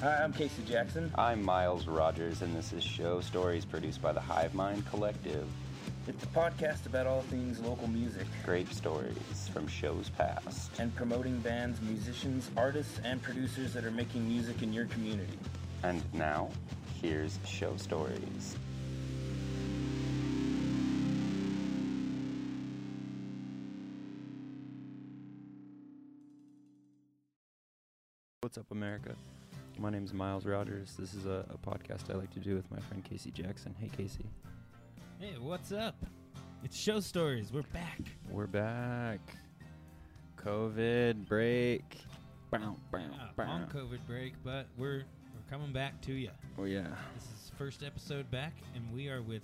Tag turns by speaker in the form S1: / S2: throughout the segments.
S1: Hi, I'm Casey Jackson.
S2: I'm Miles Rogers, and this is Show Stories produced by the Hive Mind Collective.
S1: It's a podcast about all things local music
S2: Great stories from shows past.
S1: and promoting bands, musicians, artists, and producers that are making music in your community.
S2: And now, here's Show Stories.
S3: What's up, America? My name is Miles Rogers. This is a, a podcast I like to do with my friend Casey Jackson. Hey, Casey.
S4: Hey, what's up? It's Show Stories. We're back.
S3: We're back. COVID break. Bow, bow,
S4: Uh,
S3: bow.
S4: long COVID break, but we're we're coming back to you.
S3: Oh, yeah.
S4: This is first episode back, and we are with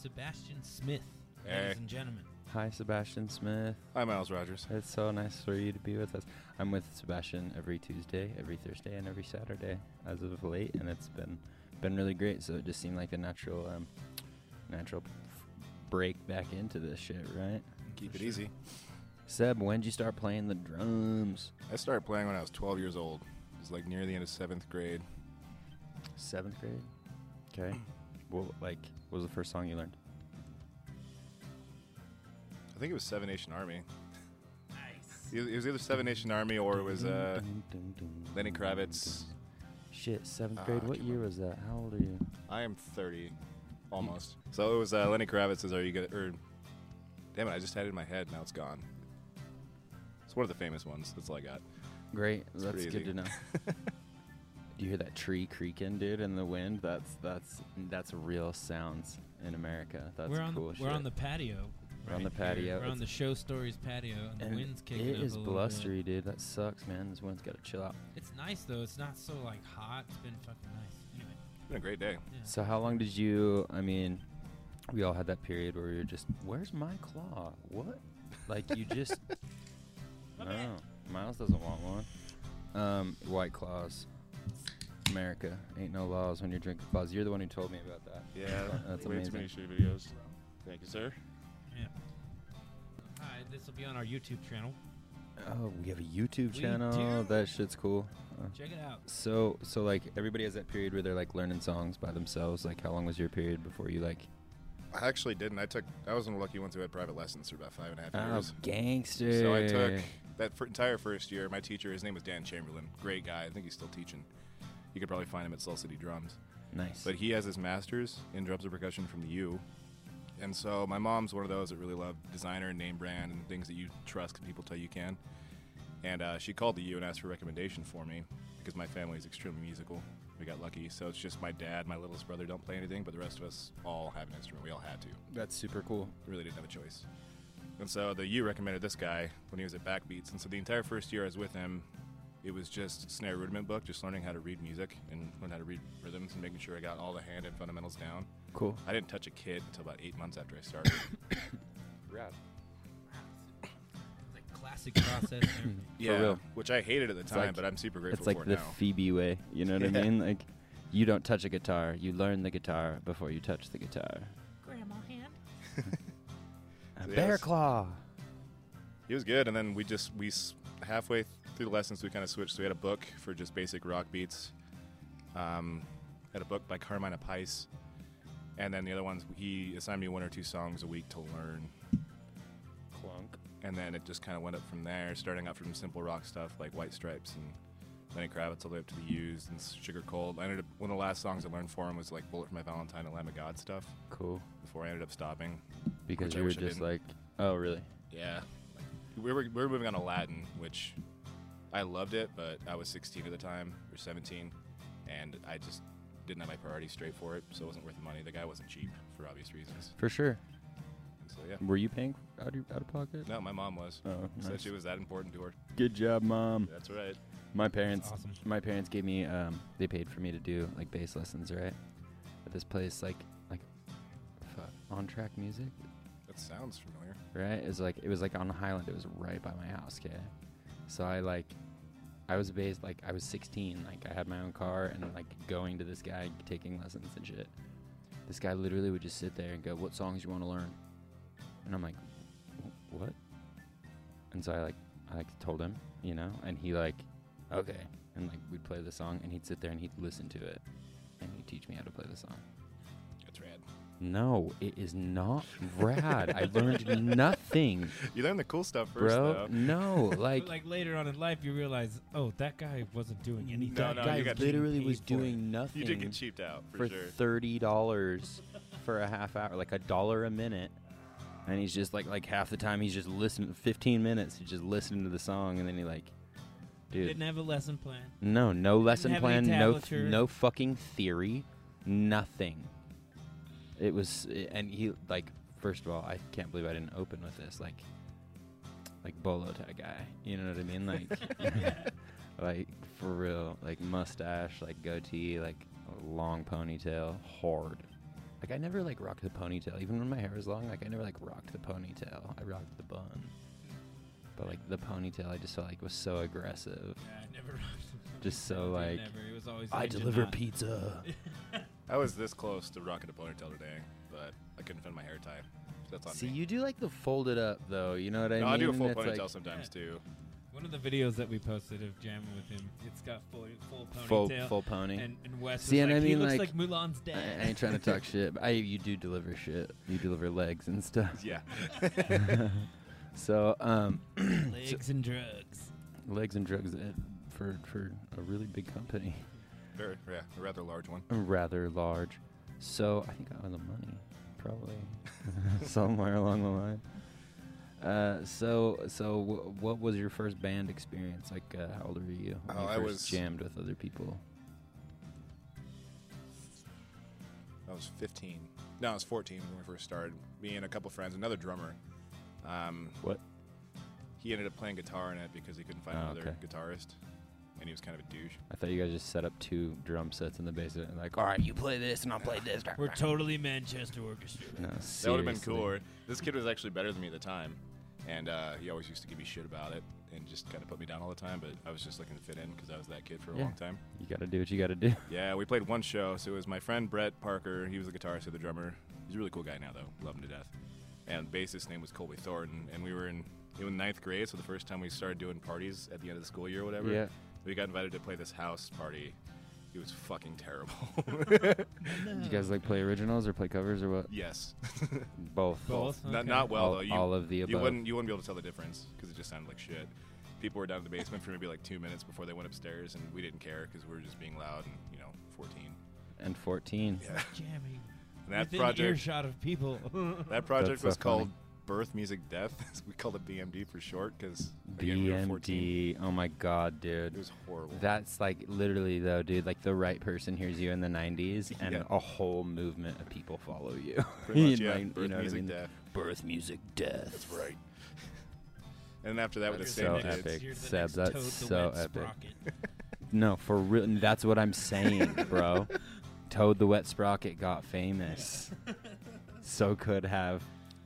S4: Sebastian Smith, ladies and gentlemen.
S3: Hi, Sebastian Smith.
S5: Hi, Miles Rogers.
S3: It's so nice for you to be with us. I'm with Sebastian every Tuesday, every Thursday, and every Saturday as of late, and it's been been really great. So it just seemed like a natural, um, natural f- break back into this shit, right?
S5: Keep it easy.
S3: Seb, when'd you start playing the drums?
S5: I started playing when I was 12 years old. It was like near the end of seventh grade.
S3: Seventh grade. Okay. Well, like, what was the first song you learned?
S5: I think it was Seven Nation Army.
S4: Nice.
S5: It was either Seven Nation Army or it was uh, Lenny Kravitz.
S3: Shit, seventh
S5: Ah,
S3: grade. what
S5: come
S3: year
S5: on.
S3: was that? How old are you?
S5: I am 30, almost. So it was uh, Lenny Kravitz's Are You Good? Or, damn it, I just had it in my head. Now it's gone. It's one of the famous ones. That's all I got.
S3: Great.
S5: It's
S3: That's
S5: pretty
S3: good
S5: easy.
S3: to know. Do you hear that tree creaking, dude, in the wind? That's that's that's real sounds in America. That's
S4: we're on
S3: cool.
S4: the,
S3: shit.
S4: we're on the patio.
S3: We're on
S4: right
S3: the patio.
S4: here. We're on
S3: It's-
S4: the Show Stories patio, and,
S3: and
S4: the wind's kicking
S3: It
S4: up
S3: is
S4: a little
S3: blustery, dude. That sucks, man. This wind's got to chill out.
S4: Bit. It's nice though. It's not so like hot. It's been fucking nice. Anyway,
S5: It's been a great day.
S4: yeah.
S3: So how long did you? I mean, we all had that period where we were just, "Where's my claw? What?" Like you just,
S4: My
S3: no.
S4: bad.
S3: Miles doesn't want one. Um, white claws. America ain't no laws when you're drinking claws. You're the one who told me about that.
S5: Yeah,
S3: That's
S5: way
S3: amazing.
S5: too many shitty videos. Thank you, sir.
S4: yeah. All right, this will be on our YouTube channel.
S3: Oh, we have a YouTube
S4: We
S3: channel.
S4: do.
S3: That shit's cool. Uh,
S4: Check it out.
S3: so, so like everybody has that period where they're like learning songs by themselves. Like, how long was your period before you like?
S5: I actually didn't. I took. I was one of the lucky ones who had private lessons for about five and a half
S3: Oh,
S5: years.
S3: gangster.
S5: So I took that fir- entire first year. My teacher, his name was Dan Chamberlain, great guy. I think he's still teaching. You could probably find him at Soul City Drums.
S3: nice.
S5: But he has his master's in drums and percussion from the U. And so my mom's one of those that really loved designer and name brand and things that you trust and people tell you can. And uh, she called the U and asked for a recommendation for me because my family is extremely musical. We got lucky. So it's just my dad, my littlest brother don't play anything, but the rest of us all have an instrument. We all had to
S3: That's super cool.
S5: really didn't have a choice. And so the U recommended this guy when he was at Backbeats, and so the entire first year I was with him, it was just snare rudiment book, just learning how to read music and learn how to read rhythms and making sure I got all the hand and fundamentals down.
S3: Cool.
S5: I didn't touch a kit until about eight months after I started.
S3: Rad.
S4: It's like classic process. and everything.
S5: yeah,
S3: real.
S5: which I hated at the time,
S3: like-
S5: but I'm super grateful
S3: It's like
S5: for
S3: the
S5: it now.
S3: Phoebe way. You know what I
S5: Yeah.
S3: mean? Like, you don't touch a guitar. You learn the guitar before you touch the guitar.
S4: Grandma hand.
S3: A
S5: Yes.
S3: bear claw.
S5: He was good, and then we just we s- halfway through the lessons we kind of switched. So we had a book for just basic rock beats. Um, had a book by Carmina Pice, and then the other ones he assigned me one or two songs a week to learn,
S3: Clunk.
S5: and then it just kind of went up from there. Starting out from simple rock stuff like White Stripes and Lenny Kravitz, all the way up to the Used and Sugar Cold. I ended up one of the last songs I learned for him was like Bullet for My Valentine and Lamb of God stuff.
S3: Cool.
S5: Before I ended up stopping,
S3: Because
S5: Which I
S3: you were
S5: wish I
S3: just
S5: didn't.
S3: like, oh, really?
S5: Yeah. We were, we were moving on to Latin, which I loved it, but I was 16 at the time, or 17, and I just didn't have my priorities straight for it, so it wasn't worth the money. The guy wasn't cheap, for obvious reasons.
S3: For sure.
S5: And so, yeah.
S3: Were you paying out of, your, out of pocket?
S5: No, my mom was.
S3: Oh,
S5: Said
S3: nice. Hmm.
S5: she was that important to her.
S3: Good job, mom.
S5: That's right.
S3: My parents,
S4: That's awesome.
S3: my parents gave me. Um, they paid for me to do like bass lessons, right? At this place, like like fuck, on track music,
S5: That sounds familiar.
S3: right? It was like it was like on the Highland. It was right by my house, okay. So I like, I was based like I was 16. Like I had my own car and like going to this guy taking lessons and shit. This guy literally would just sit there and go, "What songs you want to learn?" And I'm like, "Wh- "What?" And so I like I like told him, you know, and he like okay. And like we'd play the song, and he'd sit there and he'd listen to it, and he'd teach me how to play the song.
S5: That's rad.
S3: No, it is not rad. I learned nothing,
S5: You learn the cool stuff first,
S3: bro.
S5: though.
S3: No,
S4: Like,
S3: like,
S4: like later on in life, you realize, oh, that guy wasn't doing anything.
S5: No,
S3: that
S5: no,
S3: guy
S5: you got
S3: literally
S4: paid
S3: was
S4: for it.
S3: doing nothing
S5: You did get cheaped out for,
S3: for
S5: sure.
S3: thirty dollars for a half hour, like a dollar a minute. And he's just like, like half the time he's just listening. Fifteen minutes, he's just listening to the song, and then he like, dude,
S4: Didn't have a lesson plan.
S3: No, no lesson
S4: have any
S3: plan, no
S4: tablature.
S3: no fucking theory, nothing. It was eh, and he like first of all, I can't believe I didn't open with this like like bolo tie guy. You know what I mean? Like like for real, like mustache, like goatee, like a long ponytail, hard. Like I never like rocked the ponytail. Even when my hair was long, like I never like rocked the ponytail. I rocked the bun. But like the ponytail, I just felt like was so aggressive.
S4: Yeah, I never rocked
S3: Just so, like,
S4: never. It was always
S3: I
S4: engine
S3: deliver
S4: hot.
S3: pizza.
S5: I was this close to rocking a ponytail today, but I couldn't find my hair tie. So that's on
S3: See,
S5: me.
S3: you do like the folded up though. You know what I
S5: no,
S3: mean?
S5: I do a full
S3: It's
S5: ponytail
S3: like
S5: sometimes too.
S4: One of the videos that we posted of jamming with him, it's got full full
S3: full
S4: ponytail.
S3: full pony.
S4: And, and Wes
S3: See,
S4: was
S3: and
S4: like,
S3: I
S4: he
S3: mean,
S4: looks like,
S3: like, uh,
S4: Mulan's
S3: I,
S4: dad.
S3: I ain't trying to talk shit. But I you do deliver shit. You deliver legs and stuff.
S5: Yeah.
S3: So um,
S4: Legs and drugs.
S3: legs and drugs uh, for for a really big company,
S5: Very, yeah, a rather large one.
S3: rather large. So I think I owe the money, probably somewhere along the line. Uh, so so w- what was your first band experience? Like, uh, how old were you? When
S5: Oh,
S3: you
S5: I
S3: first
S5: was-
S3: jammed with other people.
S5: I was 15. No, I was 14 when we first started. Me and a couple friends, another drummer. Um,
S3: What?
S5: he ended up playing guitar in it because he couldn't find
S3: Oh,
S5: another
S3: okay.
S5: guitarist, and he was kind of a douche.
S3: I thought you guys just set up two drum sets in the basement and like, all right, you play this and I'll play this.
S4: We're totally Manchester Orchestra.
S3: no,
S5: That would have been
S3: seriously.
S5: cooler. This kid was actually better than me at the time, and uh, he always used to give me shit about it and just kind of put me down all the time. But I was just looking to fit in because I was that kid for a
S3: Yeah.
S5: long time.
S3: You got to do what you got to do.
S5: Yeah, we played one show. So it was my friend Brett Parker. He was the guitarist of the drummer. He's a really cool guy now, though. Love him to death. And the bassist's name was Colby Thornton. And we were in, it was ninth grade, so the first time we started doing parties at the end of the school year or whatever.
S3: Yeah.
S5: We got invited to play this house party. It was fucking terrible.
S3: Did you guys like play originals or play covers or what?
S5: yes.
S3: Both.
S4: Both.
S5: Not,
S4: Okay.
S5: not well,
S3: All-
S5: though. You,
S3: all of the
S5: You
S3: above.
S5: wouldn't, you wouldn't be able to tell the difference because it just sounded like shit. People were down in the basement for maybe like two minutes before they went upstairs, and we didn't care because we were just being loud and, you know, 14.
S3: And 14.
S5: Yeah.
S4: Jamming.
S5: And that
S4: Within
S5: project.
S4: earshot of people.
S5: That project
S3: That's so
S5: was called
S3: funny.
S5: Birth Music Death. we called it BMD for short because we were 14.
S3: BMD. Oh my God,
S5: It
S3: dude.
S5: was horrible.
S3: That's like literally though, dude. Like the right person hears you in the '90s, and
S5: Yeah.
S3: a whole movement of people follow you.
S5: Pretty much, yeah.
S3: Like, you
S5: Birth
S3: know what I
S5: Music
S3: mean?
S5: Death.
S3: Birth music, death. That's right.
S5: And then after that, with the
S3: That's
S5: same
S3: so
S5: kids,
S3: epic.
S4: You're the
S3: Seb,
S4: next
S3: that's
S4: Toad the
S3: so
S4: Wet
S3: epic.
S4: Sprocket.
S3: No, for real. and That's what I'm saying, bro. Toad the Wet Sprocket got famous. So could have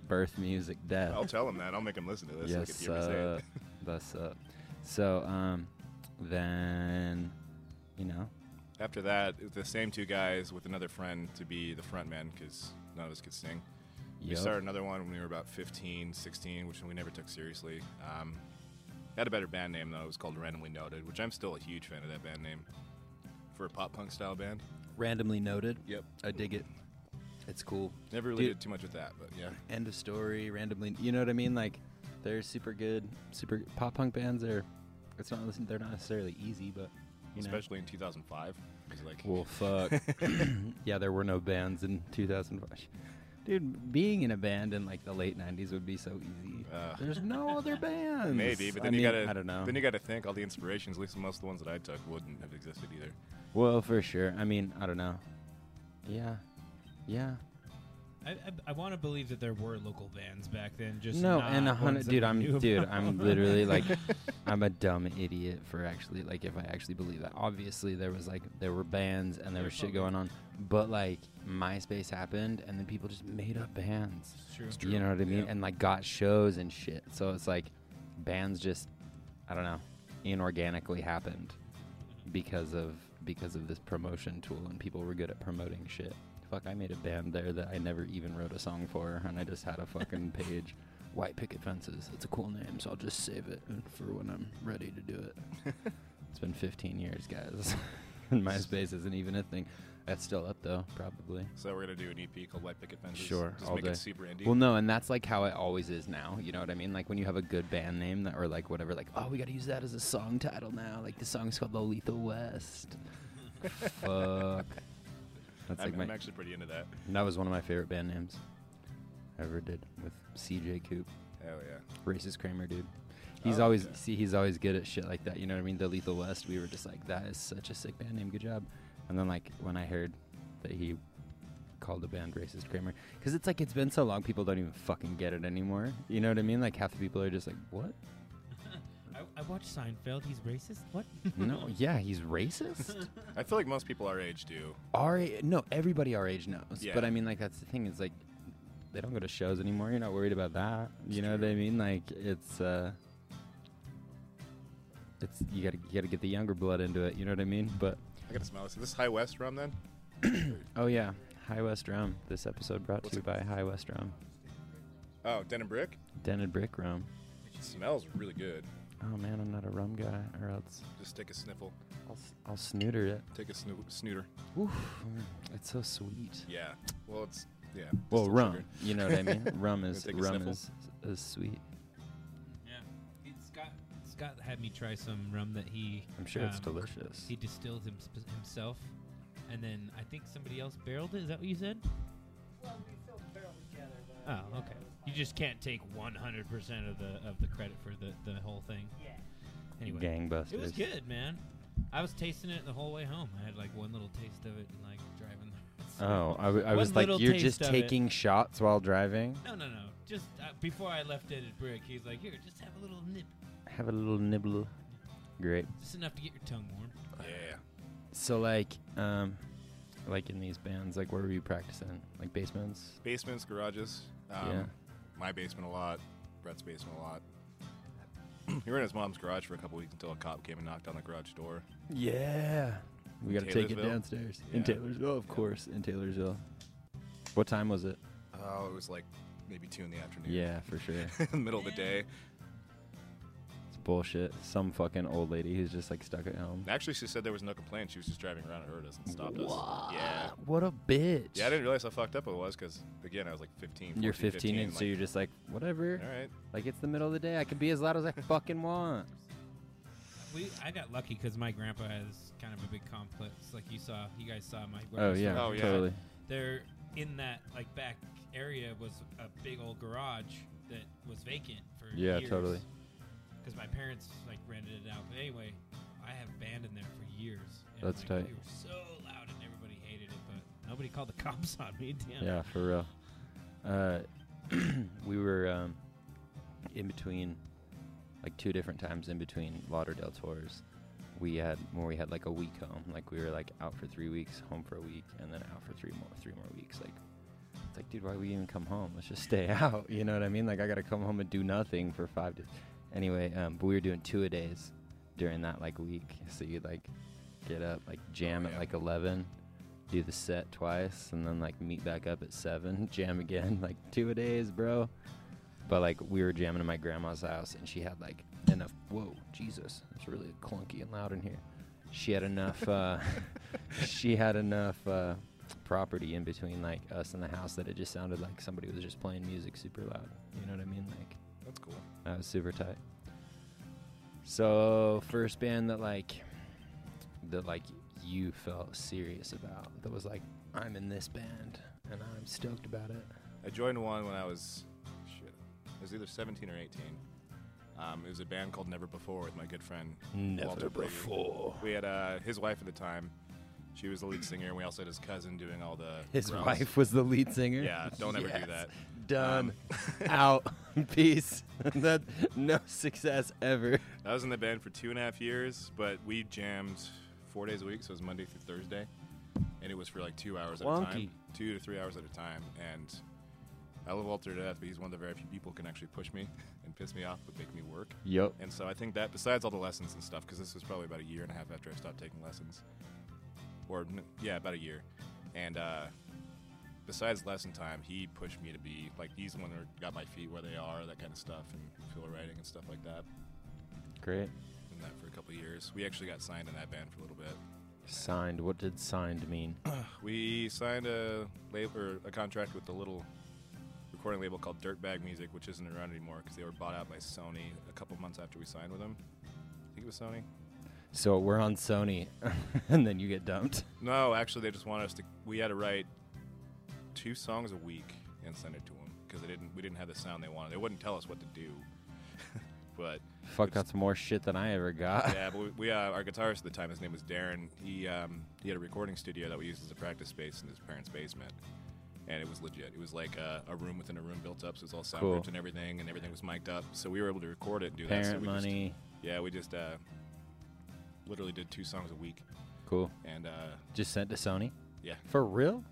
S3: birth music death.
S5: I'll tell him that. I'll make him listen to Oh, this. so
S3: yes,
S5: he can hear me say
S3: uh,
S5: it.
S3: that's up. So, um, then, you know,
S5: After that, it was the same two guys with another friend to be the front men because none of us could sing. We
S3: yup.
S5: started another one when we were about 15, 16, which we never took seriously. Um, had a better band name though. It was called Randomly Noted, which I'm still a huge fan of that band name for a pop punk style band.
S3: randomly noted.
S5: Yep.
S3: I dig it. It's cool.
S5: Never really
S3: Dude.
S5: did too much with that, but yeah.
S3: End of story. Randomly, you know what I mean? Like, they're super good. Super pop punk bands are. It's not. They're not necessarily easy, but you know.
S5: especially in 2005. It was like,
S3: Well, fuck. yeah, there were no bands in 2005. Dude, being in a band in like the late 90s would be so easy.
S5: Ugh.
S3: There's no other bands.
S5: uh, maybe, but
S3: I
S5: then you
S3: mean,
S5: gotta,
S3: I don't know.
S5: Then you gotta think all the inspirations, at least most of the ones that I took, wouldn't have existed either.
S3: well, for sure. I mean, I don't know. Yeah. Yeah.
S4: I, I, I want to believe that there were local bands back then. Just
S3: no,
S4: not
S3: and a
S4: ones
S3: hundred,
S4: that
S3: dude.
S4: we
S3: I'm,
S4: knew
S3: dude.
S4: about.
S3: I'm literally like, I'm a dumb idiot for actually like if I actually believe that. Obviously, there was like there were bands and there
S4: There
S3: was shit
S4: probably-
S3: going on, but like MySpace happened and then people just made up bands.
S4: It's true.
S3: You know what I mean?
S5: Yeah.
S3: And like got shows and shit. So it's like bands just I don't know, inorganically happened because of because of this promotion tool and people were good at promoting shit. Fuck, I made a band there that I never even wrote a song for and I just had a fucking page. White Picket Fences. It's a cool name, so I'll just save it for when I'm ready to do it. It's been 15 years, guys. and MySpace isn't even a thing. That's still up though, probably.
S5: So we're gonna do an EP called White Picket Fences.
S3: Sure,
S5: Just
S3: all
S5: make
S3: day.
S5: it super indie.
S3: Well, no, and that's like how it always is now. You know what I mean? Like when you have a good band name that, or like whatever, like oh, we got to use that as a song title now. Like the song's called "The Lethal West." Fuck. That's
S5: I'm,
S3: like my.
S5: I'm actually pretty into that.
S3: that was one of my favorite band names. I ever did with CJ Coop,
S5: Hell yeah.
S3: racist Kramer dude. He's
S5: Oh,
S3: always
S5: okay.
S3: see he's always good at shit like that. You know what I mean? The Lethal West. We were just like that is such a sick band name. Good job. And then like when I heard that he called the band racist Kramer because it's like it's been so long people don't even fucking get it anymore you know what i mean like half the people are just like what
S4: I, I watched Seinfeld. He's racist. What?
S3: no yeah he's racist
S5: I feel like most people our age do.
S3: our a- no everybody our age knows
S5: Yeah.
S3: but i mean like that's the thing is like they don't go to shows anymore you're not worried about that you know what i mean like it's uh it's you gotta you gotta get the younger blood into it you know what i mean but
S5: I gotta smell this. Is this High West rum then?
S3: oh yeah high west rum this episode brought
S5: What's
S3: to you
S5: it-
S3: by high west rum
S5: Oh, Den and Brick.
S3: dented brick rum
S5: It smells really good.
S3: oh man i'm not a rum guy or else
S5: Just take a sniffle.
S3: I'll, I'll snooter it.
S5: Take a snoo- snooter.
S3: Oof, it's so sweet.
S5: Yeah. Well, it's yeah.
S3: Well,
S5: just
S3: rum,
S5: sugar.
S3: you know what I mean. rum is
S5: Take a
S3: rum
S5: sniffle.
S3: is, is sweet.
S4: Yeah. Scott Scott had me try some rum that he.
S3: I'm sure it's
S4: um,
S3: delicious.
S4: He distilled him, himself, and then I think somebody else barreled it. Is that what you said?
S6: Well, we filled the barrel together. But
S4: Oh,
S6: yeah,
S4: okay.
S6: it was
S4: You
S6: like-
S4: just can't take 100% of the of the credit for the, the whole thing.
S6: Yeah.
S4: Anyway,
S3: Gangbusters.
S4: it was good, man. I was tasting it the whole way home. I had like one little taste of it and like driving. The
S3: Oh, I, w- I
S4: One
S3: was like,
S4: little
S3: you're
S4: taste
S3: just
S4: of it.
S3: taking shots while driving.
S4: No, no, no. Just uh, before I left it at Brick, he's like, "Here, just have a little nip,
S3: Have a little nibble. Great.
S4: just enough to get your tongue warm."
S5: Yeah.
S3: So like, um, like in these bands, like where were you practicing? Like basements.
S5: Basements, garages. Um,
S3: Yeah.
S5: My basement a lot. Brett's basement a lot. we were in his mom's garage for a couple weeks until a cop came and knocked on the garage door.
S3: Yeah. We
S5: In
S3: gotta take it
S5: Taylorsville?
S3: downstairs in
S5: Yeah.
S3: Taylorsville, of course, in Taylorsville. What time was it?
S5: Oh, it was like maybe two in the afternoon.
S3: Yeah, for sure.
S5: middle of the day.
S3: It's bullshit. Some fucking old lady who's just like stuck at home.
S5: Actually, she said there was no complaint. She was just driving around and heard us and stopped us. Yeah.
S3: What a bitch.
S5: Yeah, I didn't realize how fucked up it was because, again, I was like 15.
S3: You're
S5: 14,
S3: 15, and so you're just like, whatever.
S5: like, All right.
S3: Like, it's the middle of the day. I can be as loud as I fucking want.
S4: We, I got lucky because my grandpa has kind of a big complex. Like you saw, you guys saw my.
S3: Oh,
S4: grandpa's
S3: yeah.
S5: Oh, yeah.
S3: Totally.
S4: there in that like back area was a big old garage that was vacant for
S3: Yeah, totally.
S4: because my parents like rented it out but anyway i have a band in there for years and,
S3: That's
S4: like,
S3: tight.
S4: they were so loud and everybody hated it but nobody called the cops on me damn
S3: Yeah, for real. Uh, we were um, in between, like two different times in between Lauderdale tours. We had when we had like a week home, like we were like out for three weeks, home for a week, and then out for three more three more weeks. Like it's like, dude, why we even come home? Let's just stay out. You know what I mean? Like I gotta come home and do nothing for five days. Anyway, um, but we were doing two a days during that like week, so you like get up, like jam
S5: Oh,
S3: at
S5: yeah.
S3: like eleven, do the set twice, and then like meet back up at seven, jam again, like two a days, bro. But like we were jamming in my grandma's house, and she had like enough. Whoa, Jesus, it's really clunky and loud in here. She had enough. Uh, she had enough uh, property in between like us and the house that it just sounded like somebody was just playing music super loud. You know what I mean? Like
S5: That's cool.
S3: that was super tight. So first band that like that like you felt serious about that was like I'm in this band and I'm stoked about it.
S5: I joined one when I was, shit, I was either 17 or 18. Um, it was a band called Never Before with my good friend Walter Brady. We had uh, his wife at the time. She was the lead singer, and we also had his cousin doing all the.
S3: His
S5: drums.
S3: wife was the lead singer.
S5: Yeah, don't ever do
S3: Yes.
S5: that.
S3: Done. Out. Peace. that no success ever.
S5: I was in the band for two and a half years, but we jammed four days a week, so it was Monday through Thursday, and it was for like two hours at a
S3: Wonky.
S5: time, two to three hours at a time. And I love Walter to death, but he's one of the very few people who can actually push me and piss me off, but make me work.
S3: Yep.
S5: And so I think that, besides all the lessons and stuff, because this was probably about a year and a half after I stopped taking lessons, or n- yeah, about a year. And uh, besides lesson time, he pushed me to be like he's the one that got my feet where they are, that kind of stuff, and feel writing and stuff like that.
S3: Great.
S5: And that for a couple of years. We actually got signed in that band for a little bit.
S3: Signed. What did signed mean?
S5: We signed a label or a contract with a little recording label called Dirtbag Music, which isn't around anymore because they were bought out by Sony a couple months after we signed with them. I think it was Sony.
S3: So we're on Sony, and then you get dumped.
S5: No, actually, they just wanted us to. We had to write two songs a week and send it to them because they didn't. We didn't have the sound they wanted. They wouldn't tell us what to do. but
S3: Fuck, that's more shit than I ever got.
S5: yeah, but we, we uh, our guitarist at the time, his name was Darren. He um, he had a recording studio that we used as a practice space in his parents' basement, and it was legit. It was like a, a room within a room built up, so it was all soundproofed
S3: Cool.
S5: and everything, and everything was mic'd up. So we were able to record it and do that. So
S3: Parent
S5: we
S3: money.
S5: Just, yeah, we just uh, literally did two songs a week,
S3: Cool.
S5: and uh,
S3: Just sent to Sony.
S5: Yeah.
S3: For real?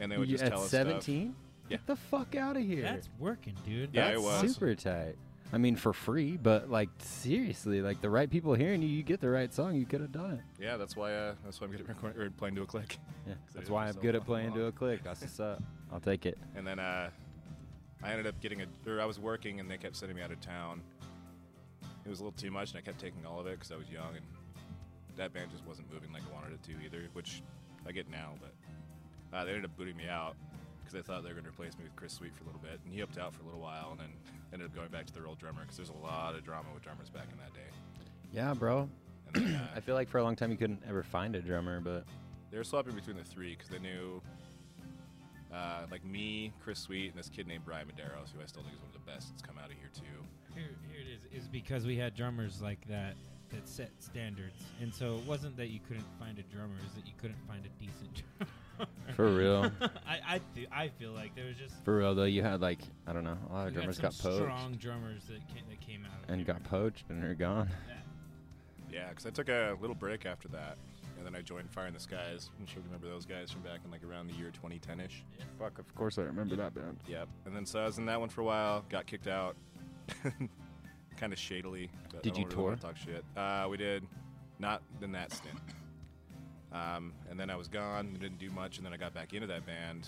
S5: and they would
S3: You-
S5: just
S3: at
S5: tell us stuff.
S3: 17?
S5: Yeah.
S3: Get the fuck out of here.
S4: That's working, dude.
S5: Yeah,
S3: That's
S5: it was.
S3: super tight. I mean, for free, but like seriously, like the right people hearing you, you get the right song, you could have done it.
S5: Yeah, that's why uh, that's why I'm good at recording or playing to a click.
S3: Yeah,
S5: Cause I
S3: that's
S5: did it
S3: why
S5: for
S3: I'm
S5: so
S3: good at
S5: fucking
S3: playing to
S5: long.
S3: a click. That's what's up. I'll take it.
S5: And then uh, I ended up getting a, or I was working and they kept sending me out of town. It was a little too much and I kept taking all of it because I was young and that band just wasn't moving like I wanted it to either, which I get now, but uh, they ended up booting me out because they thought they were going to replace me with Chris Sweet for a little bit. And he opted out for a little while and then ended up going back to their old drummer because there's a lot of drama with drummers back in that day.
S3: Yeah, bro.
S5: And then, uh,
S3: I feel like for a long time you couldn't ever find a drummer, but
S5: They were swapping between the three because they knew, uh, like me, Chris Sweet, and this kid named Brian Medeiros, who I still think is one of the best that's come out of here too.
S4: Here, here it is. Is because we had drummers like that that set standards, and so it wasn't that you couldn't find a drummer; is that you couldn't find a decent drummer.
S3: For real.
S4: I I, fe- I feel like there was just
S3: for real though, you had like I don't know, a lot
S4: we
S3: of
S4: had
S3: drummers
S4: some
S3: got poached
S4: strong drummers that came, that came out of
S3: and
S4: here.
S3: got poached and are gone.
S4: Yeah.
S5: Yeah, because I took a little break after that, and then I joined Fire in the Skies. I'm sure you remember those guys from back in like around the year 2010ish.
S3: Fuck, of course I remember that band.
S5: Yep. And then so I was in that one for a while, got kicked out, kind of shadily. but I
S3: Did
S5: don't
S3: you
S5: really wanna
S3: tour?
S5: Talk shit. Uh, we did, not in that stint. Um, and then I was gone, didn't do much, and then I got back into that band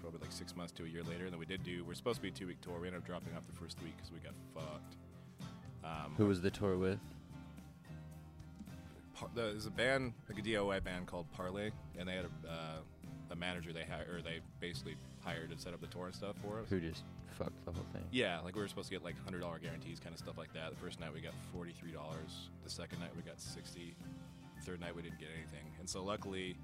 S5: probably like six months to a year later. And then we did do. We're supposed to be a two week tour. We ended up dropping off the first week because we got fucked. Um,
S3: Who was the tour with?
S5: par- the- there's a band, like a DIY band called Parlay, and they had a, uh, a manager they hired, or they basically hired and set up the tour and stuff for us.
S3: Who just fucked the whole thing?
S5: Yeah, like we were supposed to get like hundred dollar guarantees, kind of stuff like that. The first night we got forty three dollars. The second night we got sixty. The third night we didn't get anything. And so luckily,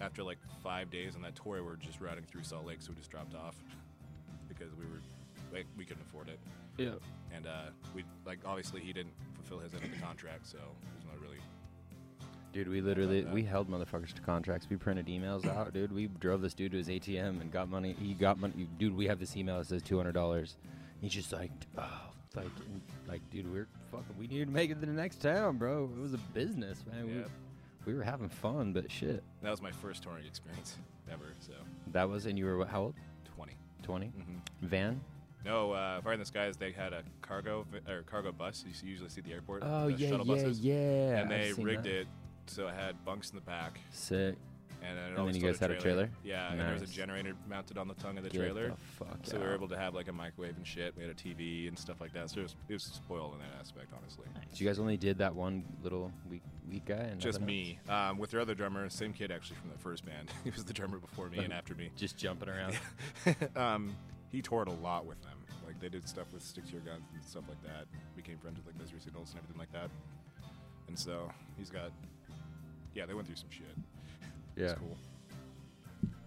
S5: after like five days on that tour, we were just routing through Salt Lake, so we just dropped off because we were like we couldn't afford it.
S3: Yeah.
S5: And uh, we like obviously he didn't fulfill his end of the contract, so there's no really.
S3: Dude, we literally
S5: that.
S3: we held motherfuckers to contracts. We printed emails out, dude. We drove this dude to his ATM and got money. He got money. Dude, we have this email that says two hundred dollars. He's just like, oh, like, and- like, dude, we're fucking. We needed to make it to the next town, bro. It was a business, man.
S5: Yep.
S3: We, we were having fun, but shit.
S5: That was my first touring experience ever. So
S3: That was, and you were what, how old?
S5: twenty. Mm-hmm.
S3: 20 Van.
S5: No, uh, Fire in the Skies. They had a cargo vi- or cargo bus. You s- usually see at the airport.
S3: Oh
S5: the
S3: yeah, yeah,
S5: shuttle buses.
S3: yeah.
S5: and they rigged it so it had bunks in the back,
S3: Sick.
S5: and then, it
S3: And
S5: always
S3: then you
S5: stood
S3: guys had a trailer?
S5: Yeah, and there was a
S3: Nice.
S5: generator mounted on the tongue of the
S3: Get
S5: trailer,
S3: the fuck
S5: so we were
S3: out.
S5: able to have like a microwave and shit. We had a TV and stuff like that, so it was, it was spoiled in that aspect, honestly.
S3: So you guys only did that one little week week guy and
S5: Just
S3: nothing
S5: me um, with their other drummer, same kid actually from the first band. he was the drummer before me and after me.
S3: else? Just jumping around.
S5: um, he toured a lot with them. Like they did stuff with Stick to Your Guns and stuff like that. Became friends with like Misery Signals and everything like that. And so he's got, yeah, they went through some shit.
S3: yeah.
S5: It's cool.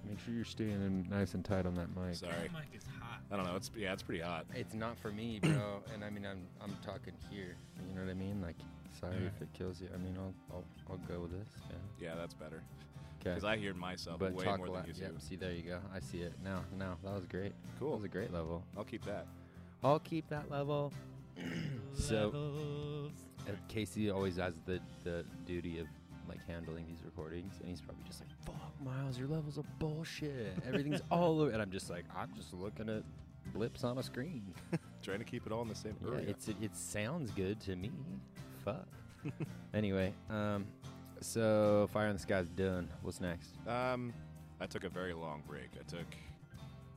S7: Make sure you're staying nice and tight on that mic.
S5: Sorry.
S4: That mic is hot.
S3: Uh,
S5: I don't know. It's yeah, it's pretty hot.
S3: It's not for me, bro. and I mean, I'm I'm talking here. You know what I mean? Like, sorry if it kills you. I mean, I'll I'll, I'll go with this. Yeah.
S5: Yeah, that's better.
S3: Okay.
S5: Because I hear myself
S3: but
S5: way
S3: talk
S5: more
S3: a
S5: than
S3: lot.
S5: you
S3: Yep.
S5: do.
S3: See, there you go. I see it now. Now that was great. That
S5: Cool.
S3: was a great level.
S5: I'll keep that.
S3: I'll keep that level. So-
S4: Levels.
S3: Uh, Casey always has the the duty of like handling these recordings, and he's probably just like, "Fuck, Miles, your levels are bullshit. Everything's all over." And I'm just like, I'm just looking at blips on a screen.
S5: Trying to keep it all in the same
S3: Yeah,
S5: area.
S3: it's it, it sounds good to me. Fuck. anyway, um, so Fire in the Sky's done. What's next?
S5: Um, I took a very long break. I took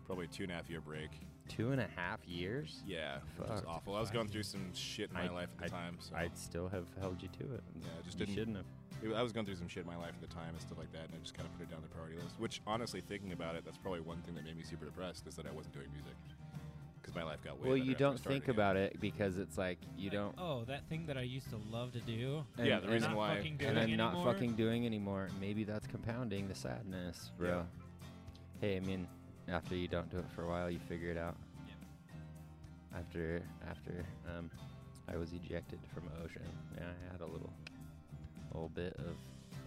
S5: probably a two and a half year break
S3: Two and a half years?
S5: Yeah, it was
S3: Fuck.
S5: awful. I was going through some shit in my
S3: I-
S5: life at the
S3: I-
S5: time. So
S3: I still have held you to it.
S5: Yeah, I just
S3: you
S5: didn't-
S3: shouldn't have.
S5: It- I was going through some shit in my life at the time and stuff like that, and I just kind of put it down the priority list. Which, honestly, thinking about it, that's probably one thing that made me super depressed is that I wasn't doing music because my life got way.
S3: well,
S5: better
S3: you
S5: after I
S3: don't
S5: started
S3: think
S5: again.
S3: about it because it's like you
S4: Like,
S3: don't. Eh.
S4: Oh, that thing that I used to love to do.
S3: and-
S5: yeah, the
S3: and-
S5: reason
S4: not
S5: why-
S4: Fucking
S3: and
S4: doing
S3: I'm not
S4: anymore.
S3: fucking doing anymore. Maybe that's compounding the sadness, bro. Hey, I mean, after you don't do it for a while, you figure it out. After after um, I was ejected from Ocean, yeah, I had a little little bit of,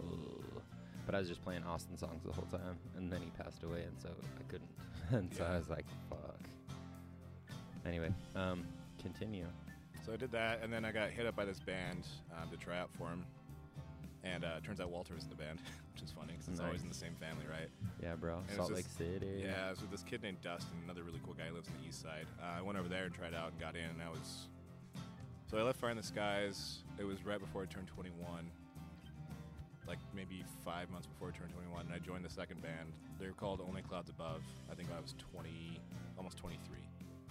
S3: "Ugh." but I was just playing Austin songs the whole time, and then he passed away, and so I couldn't, and so I
S5: Yeah.
S3: was like, fuck. Anyway, um, continue.
S5: So I did that, and then I got hit up by this band um, to try out for him, and uh, turns out Walter was in the band, which is funny because it's always in the
S3: Nice.
S5: same family, right?
S3: Yeah, bro,
S5: it's
S3: Salt
S5: just-
S3: Lake City.
S5: Yeah, I was with this kid named Dustin, another really cool guy who lives on the east side. Uh, I went over there and tried out and got in, and I was. So I left Fire in the Skies. It was right before I turned 21, like maybe five months before I turned 21, and I joined the second band. They're called Only Clouds Above. I think I was 20, almost 23.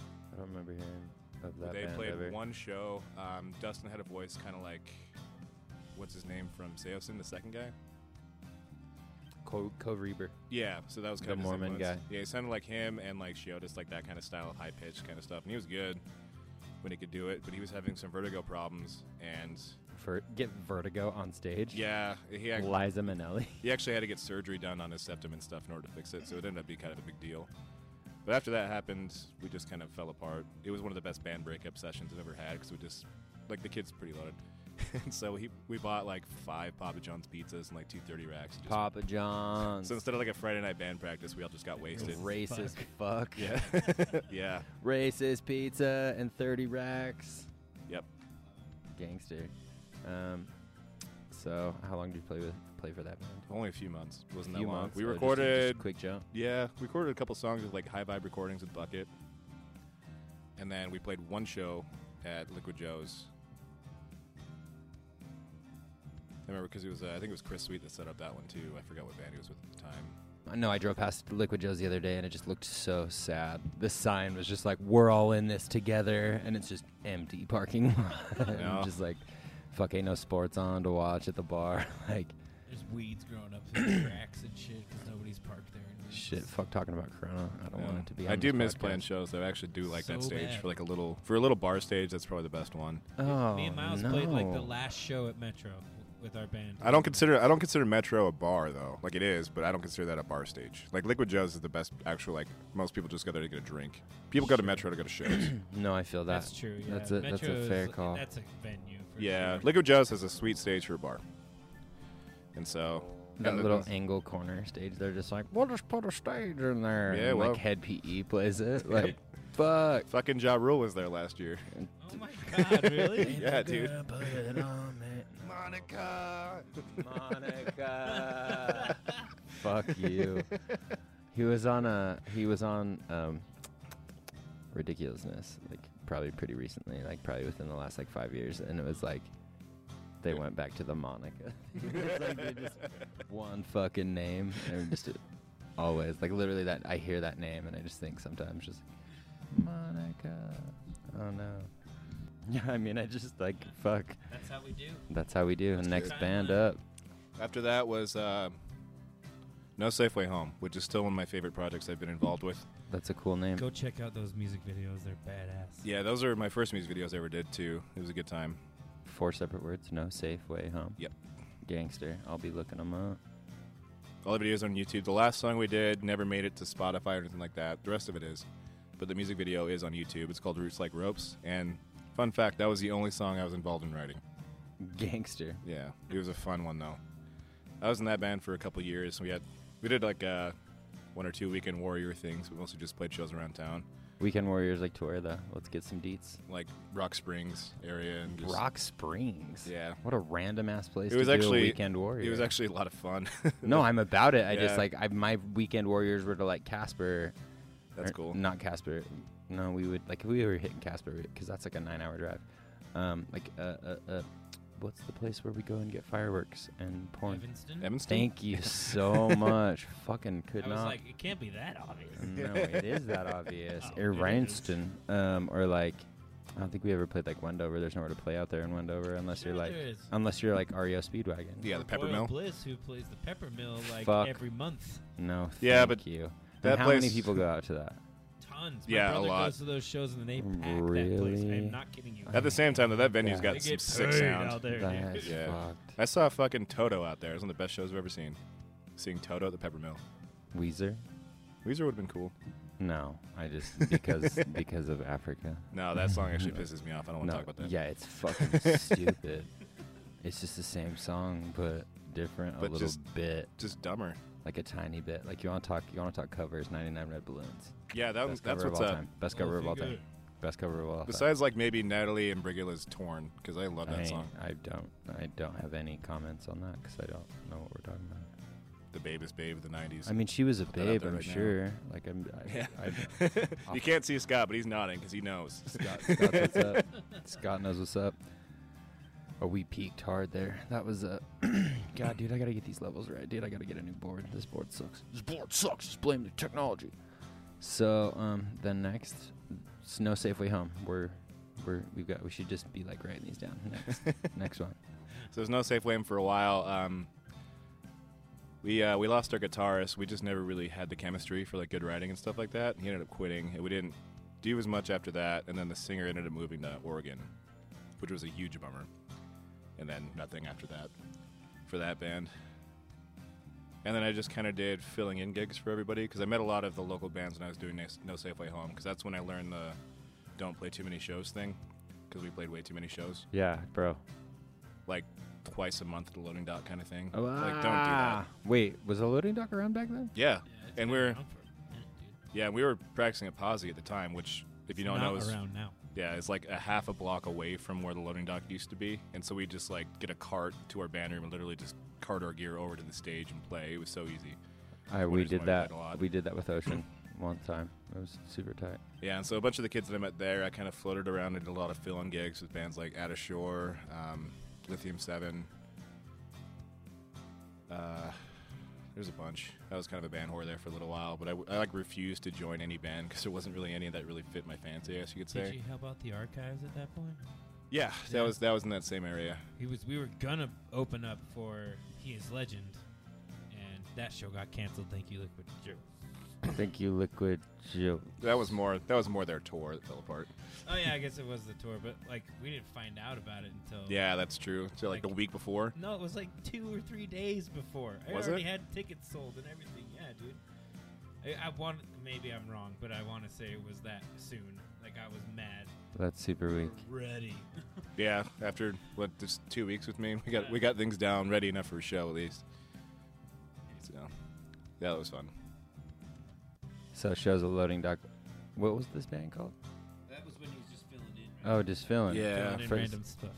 S3: I don't remember hearing of that
S5: they
S3: band
S5: played
S3: ever.
S5: one show. Um, Dustin had a voice kind of like, what's his name from Seosin, the second guy?
S3: Co- Cove Reaper.
S5: Yeah, so that was
S3: The
S5: kind of his
S3: Mormon
S5: influence.
S3: guy.
S5: Yeah, he sounded like him and like Shiotis, like that kind of style of high pitched kind of stuff. And he was good when he could do it, but he was having some vertigo problems. And
S3: Ver- get vertigo on stage.
S5: yeah, he ac-
S3: Liza Minnelli.
S5: he actually had to get surgery done on his septum and stuff in order to fix it. So it ended up being kind of a big deal. But after that happened, we just kind of fell apart. It was one of the best band breakup sessions I've ever had because we just like the kid's pretty loaded. and so he, we bought like five Papa John's pizzas and like two thirty racks. and Just,
S3: Papa John's.
S5: so instead of like a Friday night band practice, we all just got wasted.
S3: Racist fuck.
S5: Yeah. yeah.
S3: Racist pizza and 30 racks.
S5: Yep.
S3: Gangster. Um, so, how long did you play with play for that band?
S5: Only a few months. Wasn't
S3: Few
S5: that long.
S3: months?
S5: We
S3: Oh, just-
S5: recorded.
S3: just a quick jump.
S5: yeah, we recorded a couple songs with like high vibe recordings with Bucket, and then we played one show at Liquid Joe's. I remember because it was uh, I think it was Chris Sweet that set up that one too. I forgot what band he was with at the time.
S3: I know I drove past Liquid Joe's the other day and it just looked so sad. The sign was just like, "We're all in this together," and it's just empty parking lot. And
S5: know.
S3: just like, fuck, ain't no sports on to watch at the bar. like,
S4: There's weeds growing up through the cracks and shit because nobody's parked there. and it's
S3: shit, fuck talking about Corona. I don't want
S5: Yeah.
S3: it to be.
S5: I
S3: on
S5: do
S3: this
S5: miss
S3: podcast.
S5: playing shows though. I actually do like that
S4: So
S5: stage
S4: bad.
S5: for like a little for a little bar stage. That's probably the best one.
S3: Oh,
S4: Me and Miles
S3: no.
S4: played like the last show at Metro w- with our band.
S5: I don't consider I don't consider Metro a bar though. Like it is, but I don't consider that a bar stage. Like Liquid Joe's is the best actual like most people just go there to get a drink. People go to Metro to go to shows.
S3: No, I feel that.
S4: That's true. Yeah.
S3: That's a that's a
S4: Metro's-
S3: fair call.
S4: That's a venue. For
S5: yeah,
S4: sure.
S5: Liquid Joe's has a sweet stage for a bar. And so
S3: that
S5: and the-
S3: little angle corner stage. They're just like, we'll just put a stage in there.
S5: Yeah,
S3: and,
S5: well-
S3: like head PE plays it. Like, fuck.
S5: fucking Ja Rule was there last year.
S4: Oh my god, really?
S5: yeah, dude.
S3: Put it on me.
S5: Monica.
S3: Monica. Fuck you. He was on a he was on um, ridiculousness like probably pretty recently like probably within the last like five years and it was like they went back to the Monica. It's like they just one fucking name and just always like literally that I hear that name and I just think sometimes just Monica. Oh no. Yeah, I mean I just like fuck.
S4: That's how we do.
S3: That's how we do. Next band up.
S5: After that was uh, No Safe Way Home, which is still one of my favorite projects I've been involved with.
S3: That's a cool name.
S4: Go check out those music videos. They're badass.
S5: Yeah, those are my first music videos I ever did too. It was a good time.
S3: Four separate words. No safe way home.
S5: Yep.
S3: Gangster. I'll be looking them up.
S5: All the videos on YouTube. The last song we did never made it to Spotify or anything like that. The rest of it is. But the music video is on YouTube. It's called Roots Like Ropes. And fun fact, that was the only song I was involved in writing.
S3: Gangster.
S5: Yeah, it was a fun one though. I was in that band for a couple years. We had we did like uh, one or two weekend warrior things. We mostly just played shows around town,
S3: Weekend Warriors like tour though. Let's get some deets.
S5: like Rock Springs area and just,
S3: Rock Springs.
S5: Yeah,
S3: What a random ass place.
S5: it was
S3: to
S5: actually
S3: do a Weekend Warrior.
S5: It was actually a lot of fun.
S3: no, I'm about it. I just
S5: Yeah.
S3: like I, my Weekend Warriors were to like Casper.
S5: that's
S3: or-
S5: cool.
S3: Not Casper. No, we would like if we were hitting Casper because that's like a nine hour drive. Um, like uh, uh, uh, what's the place where we go and get fireworks and porn?
S4: Evanston.
S5: Evanston.
S3: Thank you so much. Fucking could
S4: I was
S3: not.
S4: like, it can't be that obvious.
S5: Mm.
S3: no, it is that obvious.
S4: Oh,
S3: or
S4: it is.
S3: Ryanston, um, or like, I don't think we ever played like Wendover. There's nowhere to play out there in Wendover unless
S4: Sure
S3: you're like,
S4: there is.
S3: unless you're like REO Speedwagon.
S5: yeah, the
S4: Or
S5: pepper
S4: Royal
S5: mill.
S4: Bliss, who plays the pepper mill like
S3: Fuck.
S4: every month.
S3: No.
S5: Yeah,
S3: thank
S5: but
S3: you. And
S5: that
S3: how many
S5: place-
S3: people go out to that?
S4: Tons. My
S5: Yeah, a
S4: brother
S5: lot.
S4: goes to those shows and they pack that place. I
S3: Really?
S4: am not kidding you.
S5: At the same time, though, that venue's
S3: Yeah.
S5: got
S4: they
S5: some
S4: get
S5: sick
S4: paid
S5: sound.
S4: out there.
S3: That's
S4: dude.
S5: Yeah.
S3: fucked.
S5: I saw fucking Toto out there. It was one of the best shows I've ever seen. Seeing Toto at the Peppermill.
S3: Weezer?
S5: Weezer would have been cool.
S3: No, I just because because of Africa.
S5: No, that song actually pisses me off. I don't
S3: no,
S5: want to talk about that.
S3: yeah, it's fucking stupid. It's just the same song, but different a
S5: But
S3: little
S5: just-
S3: bit,
S5: Just dumber.
S3: like a tiny bit. Like you want to talk, you want to talk covers. Ninety Nine Red Balloons.
S5: Yeah, that was,
S3: Best
S5: that's
S3: cover
S5: what's
S3: of all
S5: up.
S3: time. Best
S4: Oh,
S3: cover of
S4: so
S3: all
S4: good.
S3: time. Best cover of all time.
S5: Besides, like, maybe Natalie and Brigula's Torn, because I love
S3: I,
S5: that
S3: ain't-
S5: song.
S3: I don't, I don't have any comments on that because I don't know what we're talking about.
S5: The Babe is Babe of the 90s.
S3: I mean, she was a
S5: that out
S3: babe,
S5: there
S3: I'm
S5: right now.
S3: sure. Like I'm, I,
S5: Yeah.
S3: I,
S5: you can't see Scott, but he's nodding because he knows.
S3: Scott, Scott's what's up. Scott knows what's up. Oh, we peaked hard there. That was uh, God, dude. I gotta get these levels right, dude. I gotta get a new board. This board sucks. This board sucks. Just blame the technology. So, um, the next, it's no safe way home. We're, we're, we've got. We should just be like writing these down. Next, next one.
S5: So there's no safe way in for a while. Um, we uh, we lost our guitarist. We just never really had the chemistry for like good writing and stuff like that. He ended up quitting, and we didn't do as much after that. And then the singer ended up moving to Oregon, which was a huge bummer. And then nothing after that for that band. And then I just kind of did filling in gigs for everybody because I met a lot of the local bands when I was doing Nas- No Safe Way Home because that's when I learned the don't play too many shows thing because we played way too many shows
S3: Yeah, bro.
S5: like twice a month at a loading dock kind of thing.
S3: Oh,
S5: like don't do that.
S3: Wait, was the loading dock around back then?
S5: Yeah.
S4: Yeah, it's
S5: and
S4: been
S5: we're
S4: around for a minute, dude.
S5: yeah, we were practicing at Posse at the time, which if you don't
S4: Not
S5: know is
S4: around now.
S5: yeah, it's like a half a block away from where the loading dock used to be. And so we just like get a cart to our band room and literally just cart our gear over to the stage and play. It was so easy.
S3: I, we
S5: Wonders
S3: did
S5: why we
S3: that.
S5: played a lot.
S3: We did that with Ocean one time. It was super tight.
S5: Yeah, and so a bunch of the kids that I met there, I kind of floated around and did a lot of fill-in gigs with bands like Out of Shore, um, Lithium Seven. Uh, there's a bunch. I was kind of a band whore there for a little while, but I, w- I, like refused to join any band because there wasn't really any that really fit my fancy, I guess you could
S4: Did
S5: say.
S4: you help out the archives at that point?
S5: Yeah, that
S4: Yeah.
S5: was that was in that same area.
S4: He was. We were gonna open up for He Is Legend, and that show got canceled. Thank you, Liquid Joe.
S3: Thank you, Liquid Jill.
S5: That was more that was more their tour that fell apart.
S4: Oh yeah, I guess it was the tour, but like we didn't find out about it until
S5: Yeah, that's true. So like the week before.
S4: No, it was like two or three days before. I
S5: Was
S4: already
S5: it?
S4: had tickets sold and everything. Yeah, dude. I, I want. Maybe I'm wrong, but I want to say it was that soon. Like I was mad.
S3: That's super weak.
S4: Ready.
S5: Yeah, after what just two weeks with me, we got we got things down, ready enough for a show at least. So yeah, that was fun.
S3: So shows a loading dock. What was this band called?
S4: That was when he was just filling in.
S3: Oh, just filling.
S5: Yeah,
S4: filling in
S3: first-
S4: random stuff.